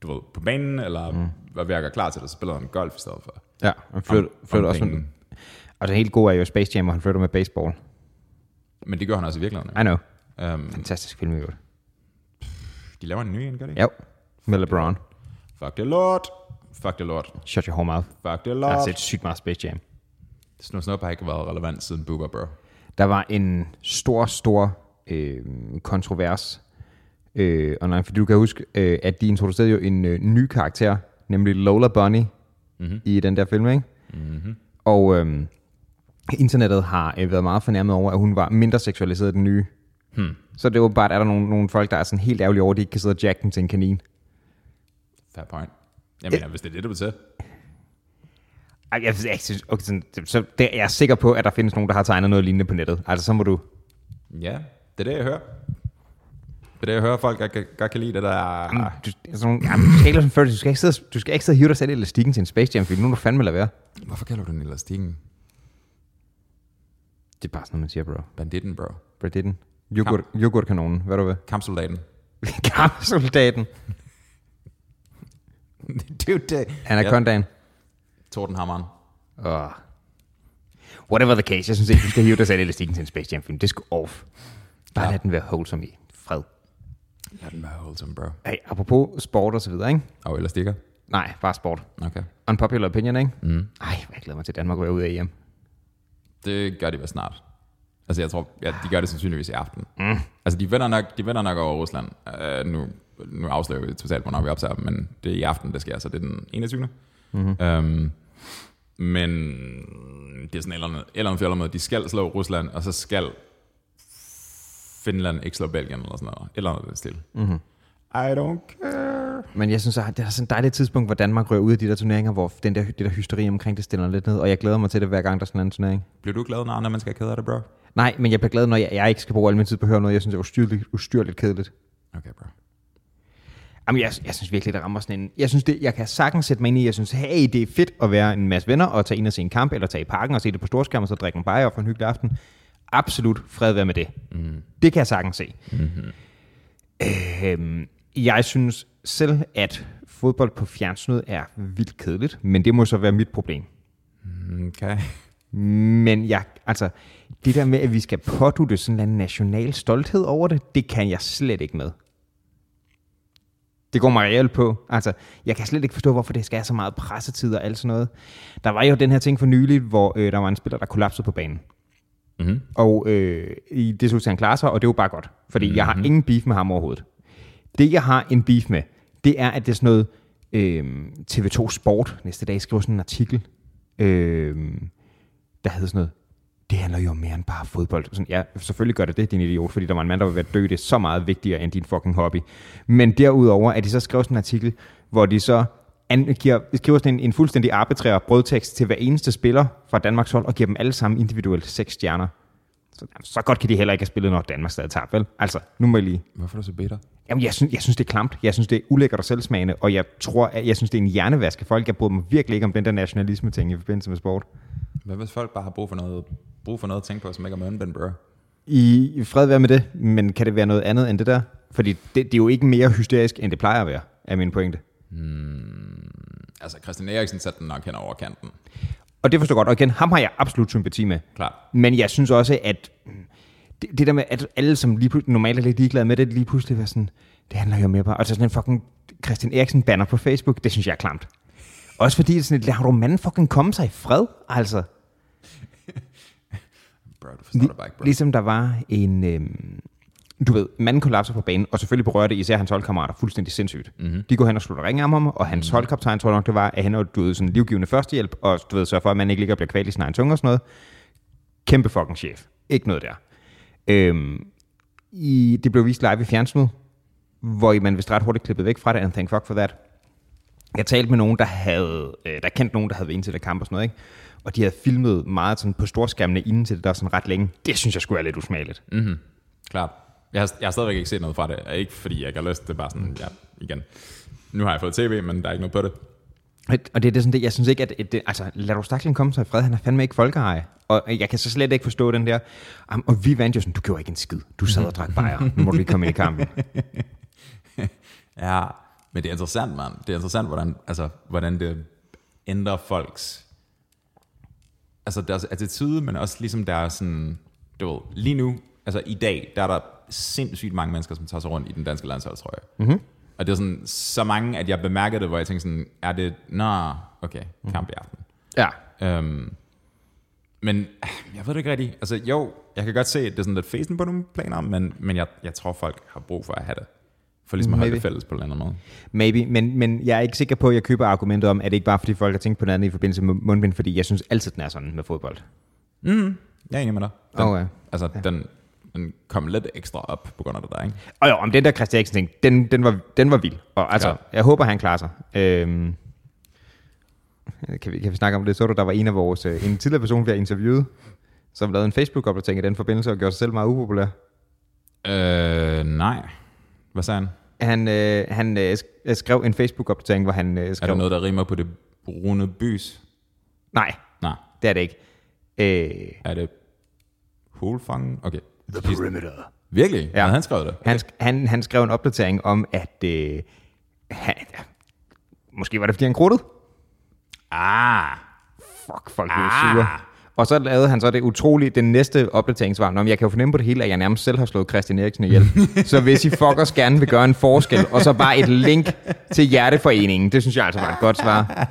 S1: du ved, på banen, eller mm. var ved at gøre klar til det, så spillede han golf i stedet for.
S2: Ja, han flytter,
S1: Om- om
S2: flytter også med,
S1: pengene.
S2: Og det helt gode er jo Space Jam, hvor han flytter med baseball.
S1: Men det gør han også i virkeligheden.
S2: I know.
S1: Ja. Øhm,
S2: Fantastisk film, i øvrigt.
S1: de laver en ny en, gør de?
S2: Ja. Med LeBron.
S1: Fuck det lort. Fuck det lort.
S2: Shut your whole mouth.
S1: Fuck det
S2: Jeg
S1: lort.
S2: har set sygt meget Space Jam.
S1: Snow Snowpack har ikke været relevant siden Booba, bro.
S2: Der var en stor, stor øh, kontrovers øh, online, fordi du kan huske, øh, at de introducerede jo en øh, ny karakter, nemlig Lola Bunny, mm-hmm. i den der film, ikke? Mm-hmm. Og øh, internettet har øh, været meget fornærmet over, at hun var mindre seksualiseret end den nye. Hmm. Så det er åbenbart, at der er nogle, nogle folk, der er sådan helt ærgerlige over, at de ikke kan sidde og jacke den til en kanin.
S1: Fair point. Jeg mener, hvis det er det, du vil til.
S2: Ej, Jeg, jeg synes, okay, sådan, så det, jeg er sikker på, at der findes nogen, der har tegnet noget lignende på nettet. Altså, så må du...
S1: Ja, det er det, jeg hører. Det er det, jeg hører folk, jeg godt kan lide det der. Mm.
S2: Jamen, du, altså, nogle- jamen, Taylor som 30, du skal ikke sidde, og- du skal ikke sidde og hive dig selv i elastikken til en Space Jam, fordi nu er du fandme lade være.
S1: Hvorfor kalder du den elastikken?
S2: Det er bare sådan noget, man siger, bro.
S1: Banditten, bro.
S2: Brad Ditten. Yoghurt, yoghurtkanonen, hvad du ved. [laughs]
S1: Kampsoldaten.
S2: Kampsoldaten.
S1: [laughs] det er jo det.
S2: Anacondaen.
S1: Tordenhammeren.
S2: Åh. Whatever the case, jeg synes ikke, du skal hive dig selv i elastikken til en Space Jam film. Det skal off. Bare
S1: Ja.
S2: lad den være wholesome i fred.
S1: Lad den være wholesome, bro.
S2: Hey, apropos sport og så videre, ikke?
S1: Og elastikker.
S2: Nej, bare sport.
S1: Okay.
S2: Unpopular opinion, ikke? Mm. Ej, hvor jeg glæder mig til, at Danmark går ud af E EM.
S1: Det gør de vel snart. Altså, jeg tror, ja, de gør det sandsynligvis i aften. Mm. Altså, de vinder nok, de vinder nok over Rusland. Uh, nu, nu afslører vi totalt, hvornår vi optager dem, men det er i aften, det sker, så det er den 21. Mm-hmm. Um, men det er sådan et eller andet, et eller andet fjollet med, at de skal slå Rusland, og så skal Finland ikke slå Belgien, eller sådan noget. Et Eller andet stil. Mm-hmm. I don't care.
S2: Men jeg synes, at det er sådan et dejligt tidspunkt, hvor Danmark rører ud af de der turneringer, hvor den der, det der hysteri omkring det stiller lidt ned, og jeg glæder mig til det, hver gang der er sådan en anden turnering.
S1: Bliver du glad, når man skal kede af det, bro?
S2: Nej, men jeg bliver glad, når jeg, jeg ikke skal bruge al min tid på at høre noget, jeg synes det er ustyrligt, ustyrligt kedeligt.
S1: Okay, bro.
S2: Jamen, jeg, jeg synes virkelig, det rammer sådan en... Jeg synes, det, jeg kan sagtens sætte mig ind i, jeg synes, hey, det er fedt at være en masse venner og tage ind og se en kamp, eller tage i parken og se det på storskærm, og så drikke en bajer og få en hyggelig aften. Absolut fred være med det. Mm. Det kan jeg sagtens se. Mm-hmm. Øh, jeg synes selv, at fodbold på fjernsynet er vildt kedeligt, men det må så være mit problem.
S1: Mm, Okay.
S2: Men jeg, altså, det der med, at vi skal pådutte sådan en eller anden national stolthed over det, det kan jeg slet ikke med. Det går mig reelt på. Altså, jeg kan slet ikke forstå, hvorfor det skal have så meget pressetid og alt sådan noget. Der var jo den her ting for nylig, hvor øh, der var en spiller, der kollapsede på banen.
S1: Mhm.
S2: Og øh, i det synes han klarer sig, og det er jo bare godt. Fordi mm-hmm. jeg har ingen beef med ham overhovedet. Det, jeg har en beef med, det er, at det er sådan noget... Øh, TV2 Sport næste dag skriver sådan en artikel, øh, der hed sådan noget, det handler jo om mere end bare fodbold. Sådan, ja, selvfølgelig gør det det, din idiot, fordi der var en mand, der var ved at dø. Det er så meget vigtigere end din fucking hobby. Men derudover, at de så skrev sådan en artikel, hvor de så an- giver, skriver sådan en, en fuldstændig arbitrær brødtekst til hver eneste spiller fra Danmarks hold, og giver dem alle sammen individuelt seks stjerner. Så, jamen, så godt kan de heller ikke have spillet, når Danmark stadig tabt, vel? Altså, nu må jeg lige...
S1: Hvorfor er du så bitter?
S2: Jamen, jeg synes, jeg synes, det er klamt. Jeg synes, det er ulækkert og selvsmagende, og jeg tror, at jeg synes, det er en hjernevask af folk. Jeg bryder mig virkelig ikke om den der nationalisme-ting i forbindelse med sport.
S1: Hvad hvis folk bare har brug for noget, brug for noget at tænke på, som ikke er Mørn Ben Burr?
S2: I fred være med det, men kan det være noget andet end det der? Fordi det, det er jo ikke mere hysterisk, end det plejer at være, er min pointe.
S1: Altså, Christian Eriksen satte den nok hen over kanten.
S2: Og det forstår jeg godt. Og igen, ham har jeg absolut sympati med.
S1: Klart.
S2: Men jeg synes også, at mm, det, det der med, at alle, som lige pludselig, normalt er lidt ligeglade med det, lige pludselig var sådan, det handler jo mere bare. Og så sådan en fucking Christian Eriksen banner på Facebook, det synes jeg er klamt. Også fordi, det er sådan et, lad du manden fucking komme sig i fred, altså.
S1: Bro, du forstår det bare ikke, bro.
S2: Ligesom der var en... Øhm, du ved, manden kollapser på banen, og selvfølgelig berørte især hans holdkammerater fuldstændig sindssygt.
S1: Mhm.
S2: Mm-hmm. De går hen og slutter ringe om ham, og hans mm-hmm. holdkaptajn tror jeg nok, det var, at han var du ved, sådan livgivende førstehjælp, og du ved, sørger for, at man ikke ligger og bliver kvalt i sin egen tunge og sådan noget. Kæmpe fucking chef. Ikke noget der. Øhm, i, det blev vist live i fjernsynet, hvor man vist ret hurtigt klippede væk fra det, and thank fuck for that. Jeg talte med nogen, der havde, øh, der kendte nogen, der havde været inde til det kamp og sådan noget, ikke? Og de havde filmet meget sådan på storskærmene inden til det der sådan ret længe. Det synes jeg skulle være lidt usmageligt. Mm.
S1: Klart. Jeg har, jeg har stadigvæk ikke set noget fra det. Ikke fordi jeg ikke har lyst, det er bare sådan, ja, igen. Nu har jeg fået tv, men der er ikke noget på det.
S2: Og det er det sådan det, jeg synes ikke, at, at det, altså, lad du staklen komme sig i fred, han er fandme ikke folkeeje. Og jeg kan så slet ikke forstå den der, "Am, og vi vandt jo sådan, du gjorde ikke en skid, du sad og drak bajer, nu må du ikke komme ind i kampen.
S1: Ja, men det er interessant, mand. Det er interessant, hvordan, altså, hvordan det ændrer folks... Altså deres attitude, men også ligesom deres sådan... Du ved, lige nu, altså i dag, der er der sindssygt mange mennesker, som tager sig rundt i den danske landsholdstrøje. Mm-hmm. Og det er sådan, så mange, at jeg bemærkede det, hvor jeg tænkte sådan, er det, nå, okay, kamp i aften.
S2: [laughs] Ja.
S1: Øhm, men ah, jeg ved det ikke rigtigt. Altså jo, jeg kan godt se, at det er sådan lidt fesen på nogle planer, men, men jeg, jeg tror, folk har brug for at have det. For ligesom at holde
S2: Maybe.
S1: det fælles på en eller anden måde.
S2: Maybe, men, men jeg er ikke sikker på, at jeg køber argumentet om, at det ikke bare er, fordi folk har tænkt på noget andet i forbindelse med mundbind, fordi jeg synes altid, den er sådan med fodbold.
S1: Jeg er enig med dig. Den,
S2: Okay.
S1: Altså, ja. den, den kom lidt ekstra op på grund af det der, ikke?
S2: Og jo, om den der Christian Eriksen ting, den, den, var, den var vild. Og altså,
S1: Ja.
S2: ja. jeg håber, han klarer sig. Øhm, kan, vi, kan vi snakke om det? Så du, der var en af vores, øh, en tidligere person, vi har interviewet, som lavede en Facebook-opdatering i den forbindelse og gjorde sig selv meget upopulær.
S1: Øh, nej. Hvad sagde han?
S2: Han, øh, han øh, sk- skrev en Facebook-opdatering, hvor han øh,
S1: Er
S2: skrev...
S1: der noget, der rimer på det brune bys?
S2: Nej,
S1: Nej.
S2: det er det ikke. Øh,
S1: Er det hulfangen? Okay.
S2: The perimeter.
S1: Virkelig?
S2: Ja.
S1: Ja. Han skrev det?
S2: Han, sk- han, han skrev en opdatering om, at øh, han, ja, måske var det, fordi han krudtede.
S1: Ah.
S2: Fuck, folk blev sure. Og så lavede han så det utrolige, den næste opdatering var, Nå, men jeg kan jo fornemme på det hele, at jeg nærmest selv har slået Christian
S1: [laughs]
S2: Eriksen ihjel. så hvis I fuckers gerne vil gøre en forskel, og så bare et link til Hjerteforeningen, det synes jeg altså var et godt svar.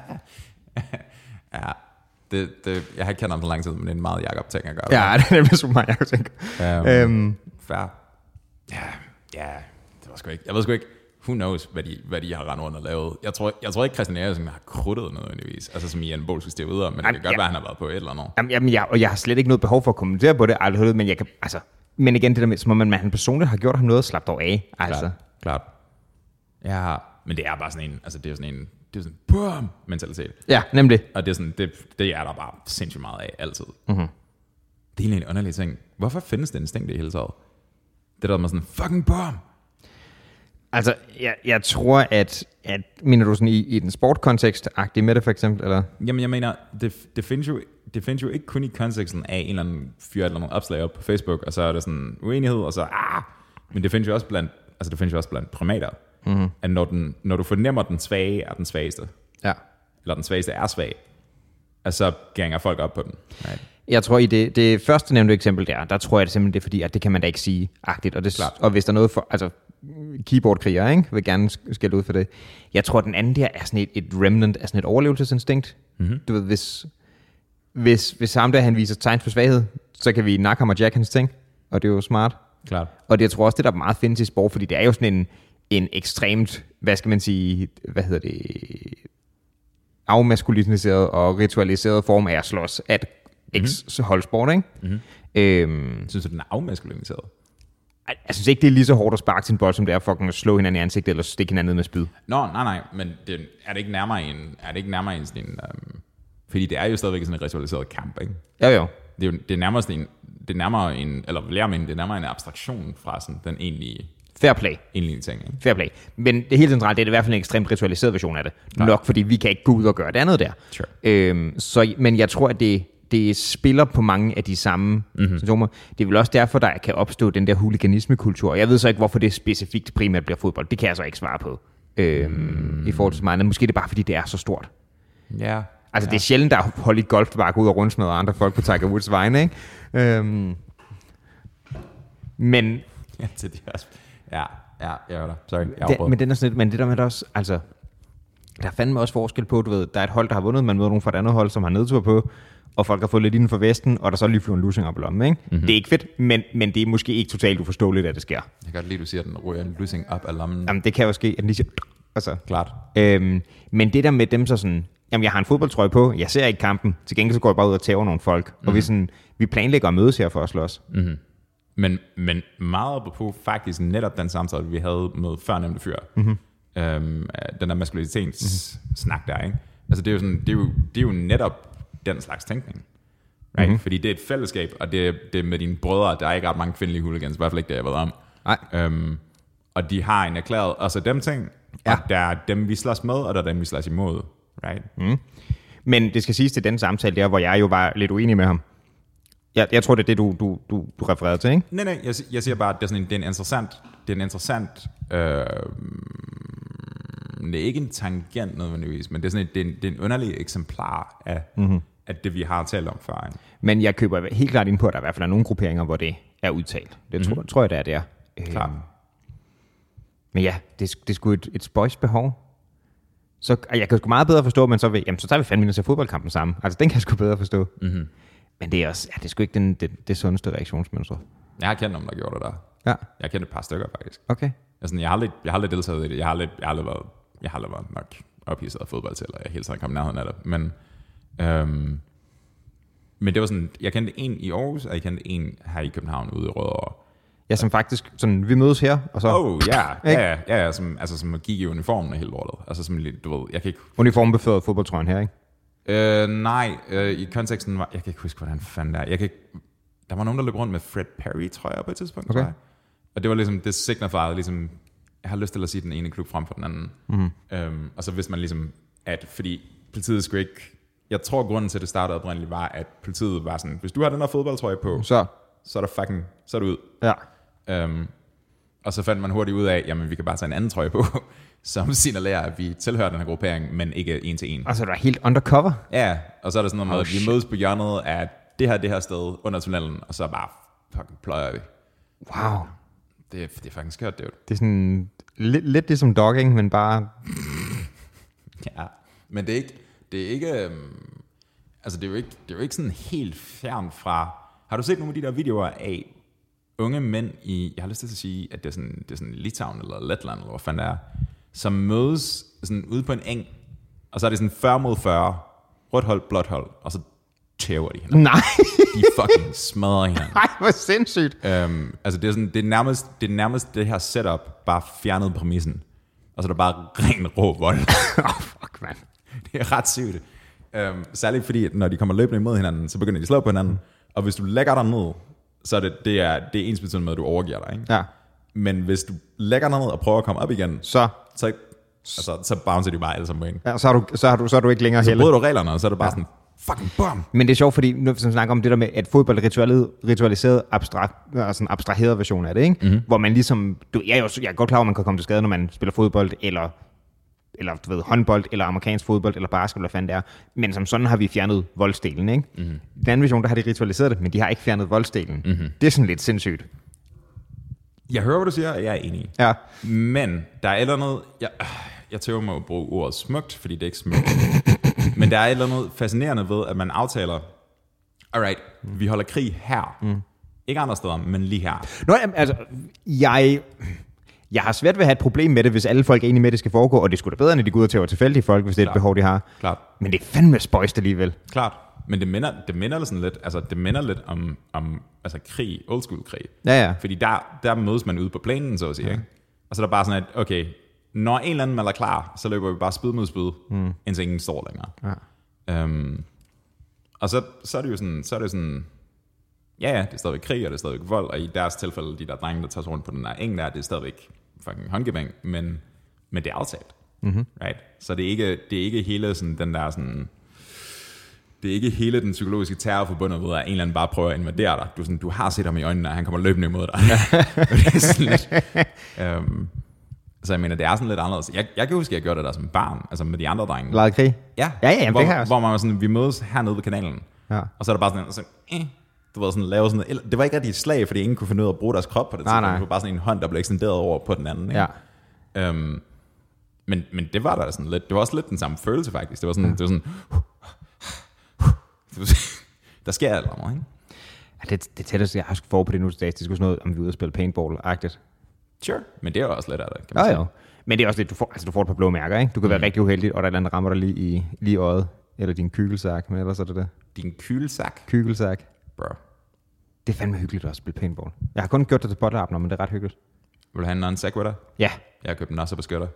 S1: Det, det, jeg har ikke kendt ham så lang tid, men det er en meget jakob ting at gøre.
S2: Ja, [laughs] det er nemlig så meget, jeg kunne tænke.
S1: Øhm,
S2: Øhm,
S1: fair. Ja, ja, det var sgu ikke. Jeg ved sgu ikke, who knows, hvad de, hvad de har rendt rundt og lavet. Jeg tror, jeg tror ikke, Christian Eriksen har krudtet nødvendigvis. Altså som i en bol skulle stige videre, men det kan
S2: Jamen,
S1: godt
S2: ja.
S1: være, han har været på et eller andet.
S2: Jamen, jamen jeg, og jeg har slet ikke noget behov for at kommentere på det, aldrig, men jeg kan, altså, men igen, det der med, som om man, man personligt har gjort ham noget og slappet dog af, altså.
S1: Klart, klart. Ja, men det er bare sådan en, altså det er sådan en, det er sådan en BUM mentalitet.
S2: Ja, nemlig.
S1: Og det er sådan, det, det er der bare sindssygt meget af, altid. Mm-hmm. Det er egentlig en underlig ting. Hvorfor findes det instinkt i det hele taget? Det der med sådan, fucking BUM!
S2: Altså, jeg, jeg tror, at, at mener du sådan i, i den sportkontekst-agtige med det, for eksempel, eller?
S1: Jamen, jeg mener, det, det, findes jo, det findes jo ikke kun i konteksten af en eller anden fyr et eller andet opslag op på Facebook, og så er der sådan uenighed, og så, ah! Men det findes jo også blandt, altså det findes jo også blandt primater, mm-hmm. at når, den, når du fornemmer, at den svage er den svageste,
S2: Ja.
S1: eller den svageste er svag, at så gænger folk op på den. Right?
S2: Jeg tror, i det, det første nævnte eksempel der, der tror jeg det simpelthen, det er fordi, at det kan man da ikke sige agtigt. Og, det,
S1: Klart.
S2: og hvis der er noget for... Altså, keyboardkriger, ikke? Vil gerne sk- skælde ud for det. Jeg tror, den anden der er sådan et, et remnant af sådan et overlevelsesinstinkt. Mm-hmm. Du ved, hvis, hvis, hvis ham der, han viser tegn for svaghed, så kan vi nakke ham og jack hans ting. Og det er jo smart.
S1: Klart.
S2: Og det, jeg tror også, det der meget findes i sport, fordi det er jo sådan en, en ekstremt, hvad skal man sige, hvad hedder det, afmaskuliniseret og ritualiseret form af at slås at ex-holdsport, ikke? Mm-hmm. Øhm,
S1: Synes du, den er afmaskuliniseret?
S2: jeg, jeg synes ikke, det er lige så hårdt at sparke til en bold, som det er fucking at slå hinanden i ansigtet eller stikke hinanden ned med spyd.
S1: Nå, nej, nej, men det, er det ikke nærmere en, er det ikke nærmere en sådan en, um, fordi det er jo stadigvæk sådan en ritualiseret kamp, ikke?
S2: Jo, jo.
S1: Det er jo det er nærmere sådan en, det er nærmere en, eller vil jeg mene, det er nærmere en abstraktion fra sådan den egentlige,
S2: Fair play.
S1: egentlige ting, ikke?
S2: Fair play. Men det helt centrale, det er i hvert fald en ekstremt ritualiseret version af det. Nej. Nok fordi vi kan ikke gå ud og gøre det andet der.
S1: Sure.
S2: Øhm, så, men jeg tror, at det, det spiller på mange af de samme mm-hmm. symptomer. Det er vel også derfor, der kan opstå den der huliganismekultur. Jeg ved så ikke, hvorfor det specifikt primært bliver fodbold. Det kan jeg så ikke svare på. Øhm, mm. I forhold til mig. Måske er det bare, fordi det er så stort.
S1: Ja.
S2: Altså, ja. det er sjældent, der er hold i golfbakke ud og rundt med andre folk på Tiger Woods vegne, ikke? Øhm, men
S1: Ja, [laughs] til de også. Ja, ja, jeg var der. Sorry, jeg
S2: det,
S1: afbrød.
S2: men den er sådan lidt, men det der med det også, altså, der er fandme også forskel på, du ved, der er et hold, der har vundet, man møder nogen fra et andet hold, som har nedtur på, og folk har fået lidt inden for vesten, og der så lige flyver en lusinger op i lommen, ikke? Mm-hmm. Det er ikke fedt, men, men det er måske ikke totalt uforståeligt, at det sker.
S1: Jeg kan godt lide, at du siger, at den ryger en losing op af lommen.
S2: Jamen, det kan jo ske, at den lige siger, altså.
S1: Klart.
S2: Øhm, men det der med dem så sådan, jamen jeg har en fodboldtrøje på, jeg ser ikke kampen, til gengæld så går jeg bare ud og tæver nogle folk, mm-hmm. og vi, sådan, vi planlægger at mødes her for at slås. Mm.
S1: Men, men meget på faktisk netop den samtale, vi havde med førnævnte fyr. Mm-hmm.
S2: Mhm.
S1: Øhm, den der maskulinitets mm-hmm. snak der, ikke? Altså det er, jo sådan, det, er jo, det er jo netop den slags tænkning. Right?
S2: Mhm.
S1: Mm-hmm. Fordi det er et fællesskab, og det, er- det er med dine brødre, der er ikke ret mange kvindelige hooligans, i hvert fald ikke det, jeg ved om.
S2: Nej.
S1: Øhm, og de har en erklæret, og så dem ting, ja.
S2: Ja.
S1: og der er dem, vi slås med, og der er dem, vi slås imod. Right? Mm.
S2: Men det skal siges til den samtale der, hvor jeg jo var lidt uenig med ham. Jeg, jeg tror, det er det, du, du, du, du refererede til, ikke?
S1: Nej, nej, jeg, si- jeg siger bare, at det er, sådan en, det er en interessant, det er en interessant, øh, det er ikke en tangent nødvendigvis, men det er sådan en, det er en, det er en underlig eksemplar af, mm-hmm. af det, vi har talt om før. Ikke?
S2: Men jeg køber helt klart ind på, at der i hvert fald er nogle grupperinger, hvor det er udtalt. Det tror, mm. tror jeg, der er der.
S1: Klart.
S2: Men ja, det, det er sgu et, et spøjs behov. Så og jeg kan sgu meget bedre forstå, men så, vil, jamen, så tager vi fandme ind og ser fodboldkampen sammen. Altså, den kan jeg sgu bedre forstå. Mm-hmm. Men det er også, ja, det er sgu ikke den, det, det sundeste reaktionsmønster.
S1: Jeg har kendt nogen, der gjorde det der.
S2: Ja,
S1: Jeg har kendt et par stykker faktisk.
S2: okay.
S1: Jeg, er sådan, jeg, har aldrig, jeg har aldrig deltaget i det. Jeg har aldrig, jeg har aldrig, været, jeg har aldrig været nok ophidset af fodbold til, eller jeg hele tiden kom i nærheden af det. Men, øhm, men det var sådan, jeg kendte en i Aarhus, og jeg kendte en her i København ude i Rødovre.
S2: Ja, som faktisk, sådan, vi mødes her, og så oh.
S1: Oh, ja, ja, ja, ja, som, altså, som gik i uniformen og hele lortet. Altså som, lidt, du ved, jeg kan ikke...
S2: uniformbeføder fodboldtrøjen her, ikke?
S1: Øh, nej, øh, i konteksten var... Jeg kan ikke huske, hvordan fanden det er. Jeg kan ikke, der var nogen, der løb rundt med Fred Perry, tror jeg, på et tidspunkt. Okay. Jeg. Og det var ligesom, det signified ligesom, jeg har lyst til at sige den ene klub frem for den anden. Mm. Øhm, og så vidste man ligesom, at fordi politiet skulle ikke... Jeg tror, grunden til, at det startede oprindeligt, var, at politiet var sådan, hvis du har den her fodboldtrøje på,
S2: Så,
S1: så er der fucking, så er du ud.
S2: ja.
S1: Øhm, og så fandt man hurtigt ud af, jamen vi kan bare tage en anden trøje på, [laughs] som signalerer, at vi tilhører den her gruppering, men ikke en til en.
S2: Og så er Altså, der helt undercover.
S1: Ja, og så er der sådan noget med,
S2: Oh,
S1: at vi
S2: shit.
S1: mødes på hjørnet af det her, det her sted under tunnelen, og så bare fucking pløjer vi.
S2: Wow.
S1: Det, er- det er fucking skørt, det er jo.
S2: Det er sådan lidt, lidt ligesom dogging, men bare... [laughs]
S1: Ja. Men det er ikke, det er ikke, øhm, altså det er jo ikke, det er jo ikke sådan helt fjern fra, har du set nogle af de der videoer af unge mænd i, jeg har lyst til at sige, at det er sådan, det er sådan Litauen eller Letland, eller hvor fanden det er, som mødes sådan ude på en eng, og så er det sådan 40 mod 40, rødt hold, blåt hold, og så tæver de hinanden.
S2: Nej,
S1: De fucking smadrer hinanden.
S2: nej, hvor sindssygt.
S1: Øhm, altså det er, sådan, det, er nærmest, det er nærmest det her setup, bare fjernet præmissen. Og så er der bare ren rå vold.
S2: [laughs] Åh, oh, fuck, mand.
S1: [laughs] det er ret sygt. Øhm, særligt fordi, at når de kommer løbende imod hinanden, så begynder de at slå på hinanden. Og hvis du lægger dig ned, så er det, det, er, det er ens betydende med, at du overgiver dig. Ikke?
S2: Ja.
S1: Men hvis du lægger noget ned og prøver at komme op igen,
S2: Så,
S1: så, altså, så bouncer de bare alle sammen på en.
S2: ja, så, har du, så, har du, så er du ikke længere
S1: Så
S2: heller.
S1: bryder du reglerne, og så er det bare sådan, fucking bum!
S2: Men det er sjovt, fordi nu som vi snakker om det der med, at fodbold er ritualet, ritualiseret abstrakt, altså en abstraheret version af det, ikke? Mm-hmm. hvor man ligesom, du, jeg, er jo, jeg er godt klar over, at man kan komme til skade, når man spiller fodbold, eller eller du ved, håndbold, eller amerikansk fodbold, eller basketball, hvad fanden det er. Men som sådan har vi fjernet voldsdelen, ikke? Mm-hmm. I den anden version, der har de ritualiseret det, men de har ikke fjernet voldsdelen. Mm-hmm. Det er sådan lidt sindssygt.
S1: Jeg hører, hvad du siger, og jeg er enig.
S2: Ja.
S1: Men der er et eller andet... Jeg, øh, jeg tøver mig at bruge ordet smukt, fordi det er ikke smukt. [laughs] Men der er et eller andet fascinerende ved, at man aftaler... Alright, vi holder krig her. Mm. Ikke andre steder, men lige her.
S2: Nå, jamen, altså, jeg, jeg har svært ved at have et problem med det, hvis alle folk er enige med, at det skal foregå, og det skulle da bedre, end at de går ud og tæver tilfældige folk, hvis det er et
S1: Klart.
S2: behov, de har.
S1: Klart.
S2: Men det er fandme spøjst alligevel.
S1: Klart. Men det minder, det minder sådan lidt, altså det minder lidt om, om altså krig, old school krig.
S2: Ja, ja.
S1: Fordi der, der mødes man ude på planen, så at sige. Ja. Ikke? Og så er der bare sådan, at okay, når en eller anden mand er klar, så løber vi bare spyd mod spyd, mm. indtil ingen står længere. Ja. Øhm, og så, så er det jo sådan, så er det sådan, ja ja, det er stadigvæk krig, og det er stadigvæk vold, og i deres tilfælde, de der drenge, der tager sig rundt på den der eng der, det er stadigvæk fucking håndgivning, men, men det er aftalt. Mm-hmm. Right? Så det er ikke, det er ikke hele sådan, den der sådan, det er ikke hele den psykologiske terror forbundet ved, at en eller anden bare prøver at invadere dig. Du, er sådan, du har set ham i øjnene, og han kommer løbende imod
S2: [laughs]
S1: dig. det er sådan lidt, øhm, så jeg mener, det er sådan lidt anderledes. Jeg, jeg kan huske, at jeg gjorde det der som barn, altså med de andre drenge.
S2: Lejet krig?
S1: Ja,
S2: Ja, ja, jamen, det
S1: hvor,
S2: kan jeg også.
S1: hvor man var sådan, vi mødes hernede ved kanalen.
S2: Ja.
S1: Og så er der bare sådan en, sådan, eh, du ved, sådan, lave sådan, eller- det var ikke rigtig et slag, fordi ingen kunne finde ud af at bruge deres krop på det
S2: Nej,
S1: tidspunkt.
S2: nej.
S1: Det var bare sådan en hånd, der blev ekstenderet over på den anden. Ikke?
S2: Ja.
S1: Øhm, men, men det var der sådan lidt, det var også lidt den samme følelse faktisk. Det var sådan, ja. det var sådan, det var sådan- [laughs] der sker alt om, ikke?
S2: ja det, det tætteste, jeg har skulle få på det nu til dags, det skulle sådan noget, om vi er ude og spille paintball-agtigt.
S1: Sure. Men det er jo også lidt af det, kan man
S2: Ja, Mm.
S1: sige.
S2: ja. Men det er også lidt, du får, altså, du får et par blå mærker, ikke? Du kan være rigtig uheldig, og der er et eller andet, der rammer dig lige i lige i øjet. Eller din kykelsak, men ellers er det det.
S1: Din kylesak,
S2: Kykelsak.
S1: bro.
S2: Det er fandme hyggeligt også at spille paintball. Jeg har kun gjort det til botler men det er ret hyggeligt.
S1: Vil du have en non sequitur?
S2: Ja,
S1: Jeg har købt en også beskytter.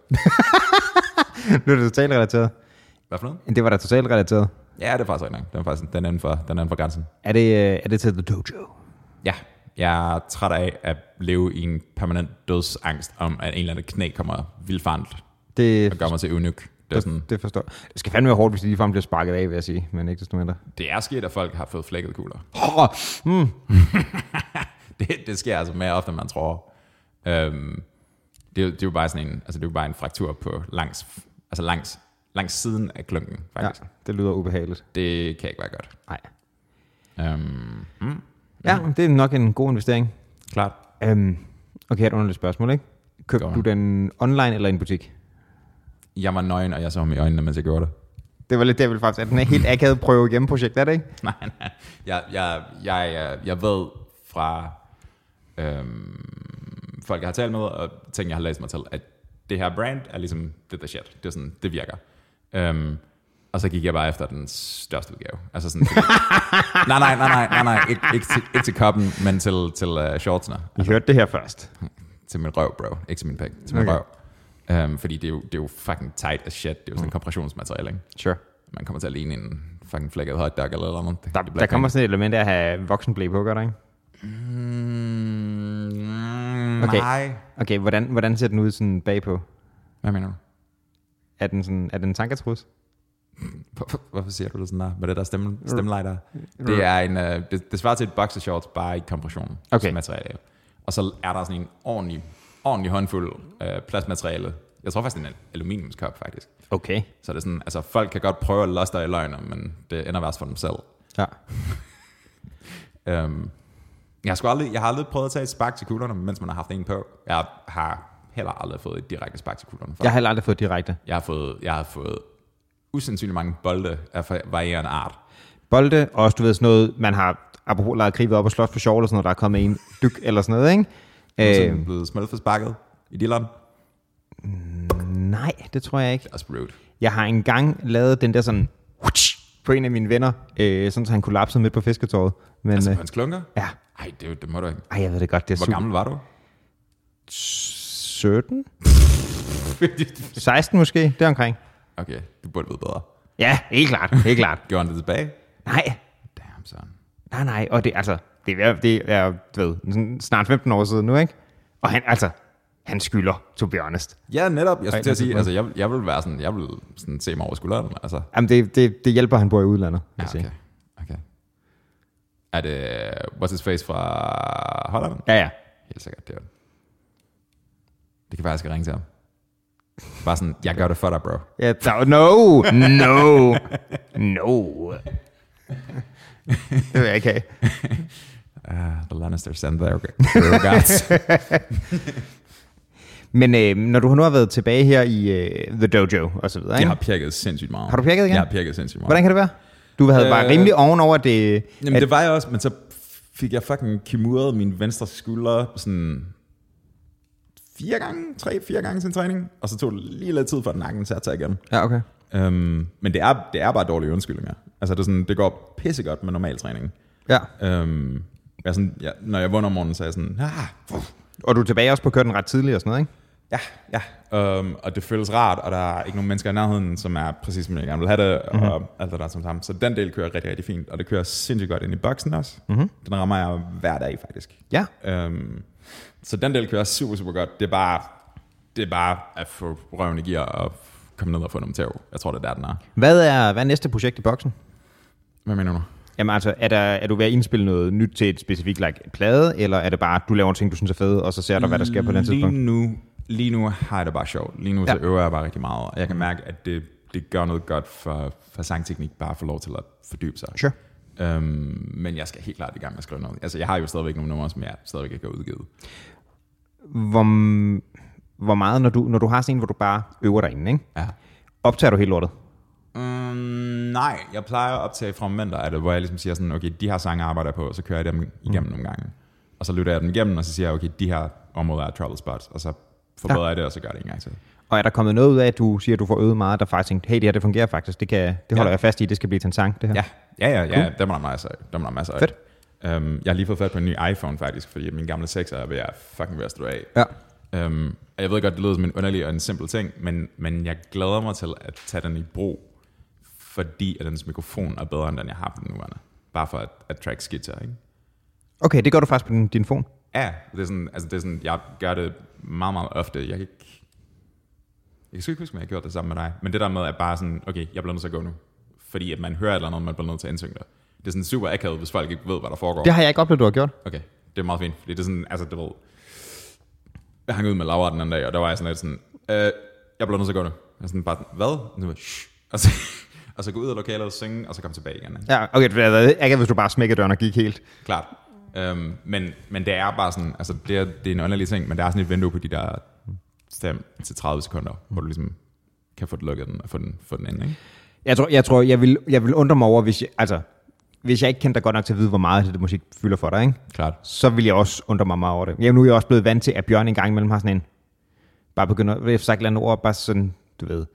S2: [laughs] nu er det totalt relateret.
S1: Hvad for noget?
S2: Det var da totalt relateret.
S1: Ja, det er faktisk rigtig nok. Den er faktisk, den er inden for, den er inden for grænsen.
S2: Er det, øh, er det til The Dojo?
S1: Ja, jeg er træt af at leve i en permanent dødsangst om, at en eller anden knæ kommer vildfarent
S2: Det,
S1: og gør mig til eunuch. Det er, sådan,
S2: det, det forstår Det skal fandme være hårdt, hvis de ligefrem bliver sparket af, vil jeg sige. Men ikke desto mindre.
S1: det er sket, at folk har fået flækket kugler.
S2: Oh, mm.
S1: [laughs] Det, det sker altså mere ofte, end man tror. Øhm, det, er jo- det, er jo bare sådan en, altså det er jo bare en fraktur på langs, altså langs, langs siden af klunken,
S2: ja,
S1: faktisk. Ja.
S2: det lyder ubehageligt.
S1: Det kan ikke være godt.
S2: Nej.
S1: Øhm, mm,
S2: Ja, det er nok en god investering.
S1: klart.
S2: Um, okay, et underligt spørgsmål, ikke? Købte
S1: Go
S2: du den online eller i en butik?
S1: Jeg var nøgen, og jeg så ham i øjnene, mens jeg gjorde det.
S2: Det var lidt det, jeg ville faktisk at den er helt akavet prøve igennem projekt, er det ikke?
S1: Nej, nej. Jeg, jeg, jeg, jeg, jeg ved fra øhm, folk, jeg har talt med, og ting, jeg har læst mig til, at det her brand er ligesom det der shit. Det, er sådan, det virker. Øhm, og så gik jeg bare efter den største udgave. Altså sådan,
S2: [laughs]
S1: nej, nej, nej, nej, nej, nej. Ikke, ikke, til, ikke til koppen, men til, til uh, shortsene.
S2: I hørte det her først.
S1: Til min røv, bro. Ikke til min pæk. Til min
S2: Okay.
S1: okay. røv. Øhm, fordi det er, jo, det er jo fucking tight as shit. Det er jo
S2: Mm.
S1: sådan kompressionsmateriale, ikke?
S2: Sure.
S1: Man kommer til at ligne en fucking flækket hotdog eller noget. andet. Det-
S2: Der,
S1: det bliver
S2: der kommer sådan et element af at have voksenblæ på, gør der ikke?
S1: Mm,
S2: Okay.
S1: Nej.
S2: Okay, hvordan, hvordan ser den ud sådan bagpå?
S1: Hvad mener du?
S2: Er den, sådan, er den en tanketrus?
S1: Hvorfor, hvorfor siger du det sådan der? Hvad er det der stemme, stemmeleje der? Det er en, øh, det, det svarer til et boxershorts, bare i kompression
S2: Okay.
S1: som materiale. Og så er der sådan en ordentlig, ordentlig håndfuld øh, plastmateriale. Jeg tror faktisk, det er en aluminiumskop, faktisk.
S2: Okay.
S1: Så det er sådan, altså folk kan godt prøve at loste dig i løgn, men det ender værst for dem selv.
S2: Ja.
S1: Øhm, jeg, har sgu aldrig, jeg har aldrig prøvet at tage et spark til kuglerne, mens man har haft en på. Jeg har heller aldrig fået et direkte spark til kuglerne. før.
S2: Jeg har heller aldrig fået direkte.
S1: Jeg har fået, jeg har fået usandsynligt mange bolde af fa- varierende art.
S2: Bolde, og også du ved sådan noget, man har apropos lavet kriget op og slås for sjov, eller sådan noget, der er kommet en dyk eller sådan noget, ikke?
S1: Sådan
S2: Øh,
S1: blevet smelt for sparket i Dillon. Det
S2: nej, det tror jeg ikke.
S1: er også rude.
S2: Jeg har engang lavet den der sådan på en af mine venner, øh, sådan så han kollapsede midt på fisketåret. Men
S1: Altså,
S2: øh,
S1: hans klunker?
S2: ja,
S1: Ej, det, er jo- det må du ikke.
S2: Ej, jeg ved det godt, det er
S1: Hvor
S2: super.
S1: gammel var du? [laughs]
S2: 17? 16 måske, det omkring.
S1: okay, du burde vide bedre.
S2: Ja, helt klart, helt klart.
S1: Gjorde han det tilbage?
S2: Nej,
S1: Damn, son.
S2: nej, nej, og det, altså, det er, det er du ved, sådan snart 15 år siden nu, ikke? Og han, altså, han skylder, to be honest.
S1: Ja, netop. Jeg
S2: Ej,
S1: skulle til at
S2: det er
S1: sige, altså, jeg, jeg vil være sådan, jeg vil sådan se mig over skulderen. Altså,
S2: Jamen, det, det, det hjælper, han bor i udlandet.
S1: ja, okay. okay. Er det, what's his face fra Holland?
S2: ja, ja.
S1: Helt sikkert, det er det. Det kan være, jeg skal ringe til ham. Bare sådan, jeg gør det for dig, bro.
S2: Ja, der, no, no, no. Det vil jeg ikke have.
S1: Uh, the Lannisters send their regards.
S2: Men øh, når du nu har været tilbage her i øh, The Dojo og så videre,
S1: jeg
S2: ikke?
S1: har pirket sindssygt meget.
S2: Har du pirket igen?
S1: Jeg har pirket sindssygt meget.
S2: hvordan kan det være? Du havde øh, bare
S1: Øh,
S2: rimelig ovenover det.
S1: Jamen,
S2: at-
S1: det var jeg også, men så fik jeg fucking kimuret min venstre skulder sådan fire gange, tre, fire gange til en træning, og så tog det lige lidt tid for nakken til at tage igen.
S2: Ja, okay.
S1: Um, men det er, det er bare dårlige undskyldninger. Altså, det, er sådan, det går pissegodt med normal træning.
S2: Ja.
S1: Um, jeg er sådan, ja, når jeg vågner om morgenen, så er jeg sådan, ah, fuh,
S2: Og du er tilbage også på kørt den ret tidligt og sådan noget, ikke?
S1: ja, ja. Um, og det føles rart, og der er ikke nogen mennesker i nærheden, som er præcis, som jeg gerne vil have det, mm-hmm.
S2: Mhm.
S1: og alt det der som sammen. Så den del kører rigtig, rigtig fint, og det kører sindssygt godt ind i boksen også. Mm-hmm. Den rammer jeg hver dag, faktisk.
S2: Mhm. Ja.
S1: Øhm, så den del kører super, super godt. Det er bare, det er bare at få røven i gear og komme ned og få dem til. Jeg tror, det er der, den er.
S2: Hvad er, hvad er næste projekt i boksen?
S1: Hvad mener du?
S2: Jamen altså, er, der, er du ved at indspille noget nyt til et specifikt like, plade, eller er det bare, du laver ting, du synes er fede, og så ser du, hvad der sker på den
S1: lige
S2: tidspunkt?
S1: nu, lige nu har jeg det bare sjovt. Lige nu ja.
S2: Ja.
S1: så øver jeg bare rigtig meget, og jeg kan mærke, at det, det gør noget godt for, for sangteknik, bare at få lov til at fordybe sig.
S2: Sure.
S1: Øhm, men jeg skal helt klart i gang med at skrive noget. Altså, jeg har jo stadigvæk nogle numre, som jeg stadigvæk ikke har udgivet.
S2: Hvor, hvor meget, når du, når du har sådan en, hvor du bare øver dig inden, ikke?
S1: Ja.
S2: Optager du helt lortet?
S1: Mm, nej, jeg plejer at optage fra momenter af det, hvor jeg ligesom siger sådan, okay, de her sange arbejder jeg på, så kører jeg dem igennem mm. nogle gange. Og så lytter jeg dem igennem, og så siger jeg, okay, de her områder er trouble spots, og så forbedrer ja. jeg det, og så gør jeg det en gang til.
S2: Og er der kommet noget ud af, at du siger, at du får øvet meget, der faktisk tænkte, hey, det her, det fungerer faktisk, det, kan, det holder
S1: Ja.
S2: jeg fast i, det skal blive til en sang, det her?
S1: Ja, ja, ja, ja cool. dem er der masser af. Dem er der masser af.
S2: Fedt.
S1: Um, jeg har lige fået fat på en ny iPhone faktisk, fordi min gamle 6'er er ved at fucking være stået af.
S2: ja.
S1: Um, og jeg ved godt, det lyder som en underlig og en simpel ting, men, men jeg glæder mig til at tage den i brug, fordi at dens mikrofon er bedre, end den jeg har på den nuværende. Bare for at, at track skitser, ikke?
S2: Okay, det gør du faktisk på din, din phone.
S1: Ja, det er sådan, altså det er sådan, jeg gør det meget, meget ofte. Jeg kan ikke, jeg kan sgu ikke huske, om jeg har gjort det sammen med dig. Men det der med, at bare sådan, okay, jeg bliver nødt til at gå nu. Fordi at man hører et eller andet, man bliver nødt til at indsynge det. Det er sådan super akavet, hvis folk ikke ved, hvad der foregår.
S2: Det har jeg ikke oplevet, du har gjort.
S1: Okay, det er meget fint, fordi det er sådan, altså det ved, jeg hang ud med Laura den anden dag, og der var jeg sådan lidt sådan, øh, jeg bliver nødt til at gå nu. Jeg er sådan bare, sådan, hvad? Og så, [laughs] bare, "Shh." og så, og så gå ud af lokalet og synge, og så komme tilbage igen. Ikke?
S2: Ja, okay, det havde været ikke, hvis du bare smækkede døren og gik helt.
S1: Klart. Øhm, men, men det er bare sådan, altså det er, det er en underlig ting, men der er sådan et vindue på de der 5-30 sekunder, hvor du ligesom kan få det lukket den, og få den, få den ind, ikke?
S2: Jeg tror, jeg, tror, jeg, vil, jeg vil undre mig over, hvis jeg, altså, hvis jeg ikke kendte dig godt nok til at vide, hvor meget det musik fylder for dig, ikke?
S1: Klart.
S2: så vil jeg også undre mig meget over det. Jamen, nu er jeg også blevet vant til, at Bjørn en gang imellem har sådan en, bare begynder, jeg har sagt et eller andet ord, bare sådan, du ved,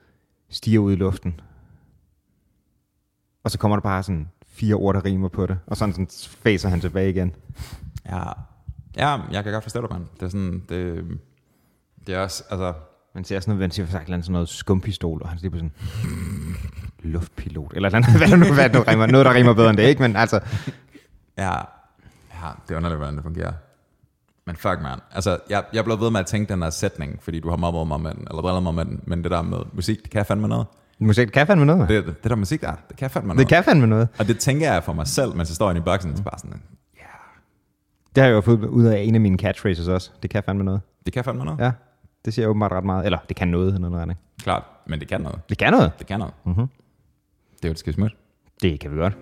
S2: stiger ud i luften. Og så kommer der bare sådan fire ord, der rimer på det, og sådan, sådan facer han tilbage igen.
S1: Ja, ja jeg kan godt forstå dig, mand. Det er sådan, det, det er også, altså,
S2: Man ser sådan noget, man siger for sagt et eller andet, sådan noget skumpistol, og han siger på sådan, luftpilot, eller et eller andet, [laughs] hvad der nu, hvad der nu rimer, noget, der rimer bedre end det, ikke? Men altså,
S1: ja, ja, det er underligt, hvordan det fungerer. Men fuck, man. Altså, jeg, jeg blev ved med at tænke den der sætning, fordi du har mobbet mig med den, eller drillet mig med den, men det der med musik, det kan fandme noget.
S2: musik, det kan fandme noget, man.
S1: Det, det der musik der, det kan fandme noget.
S2: det kan fandme noget.
S1: Og det tænker jeg for mig selv, mens jeg står inde i boksen, så bare sådan,
S2: Det har jeg jo fået ud af en af mine catchphrases også. Det kan fandme noget.
S1: det kan fandme noget. Ja.
S2: Ja, det siger jeg åbenbart ret meget. Eller, det kan noget, eller noget andet.
S1: Klart, men det kan noget.
S2: Det kan noget.
S1: Det kan noget. Mm-hmm. Det er jo et skidt
S2: Det kan vi godt.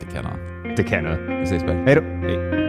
S1: Det kan noget.
S2: Det kan noget.
S1: Vi ses bag.
S2: Hej du. Hey.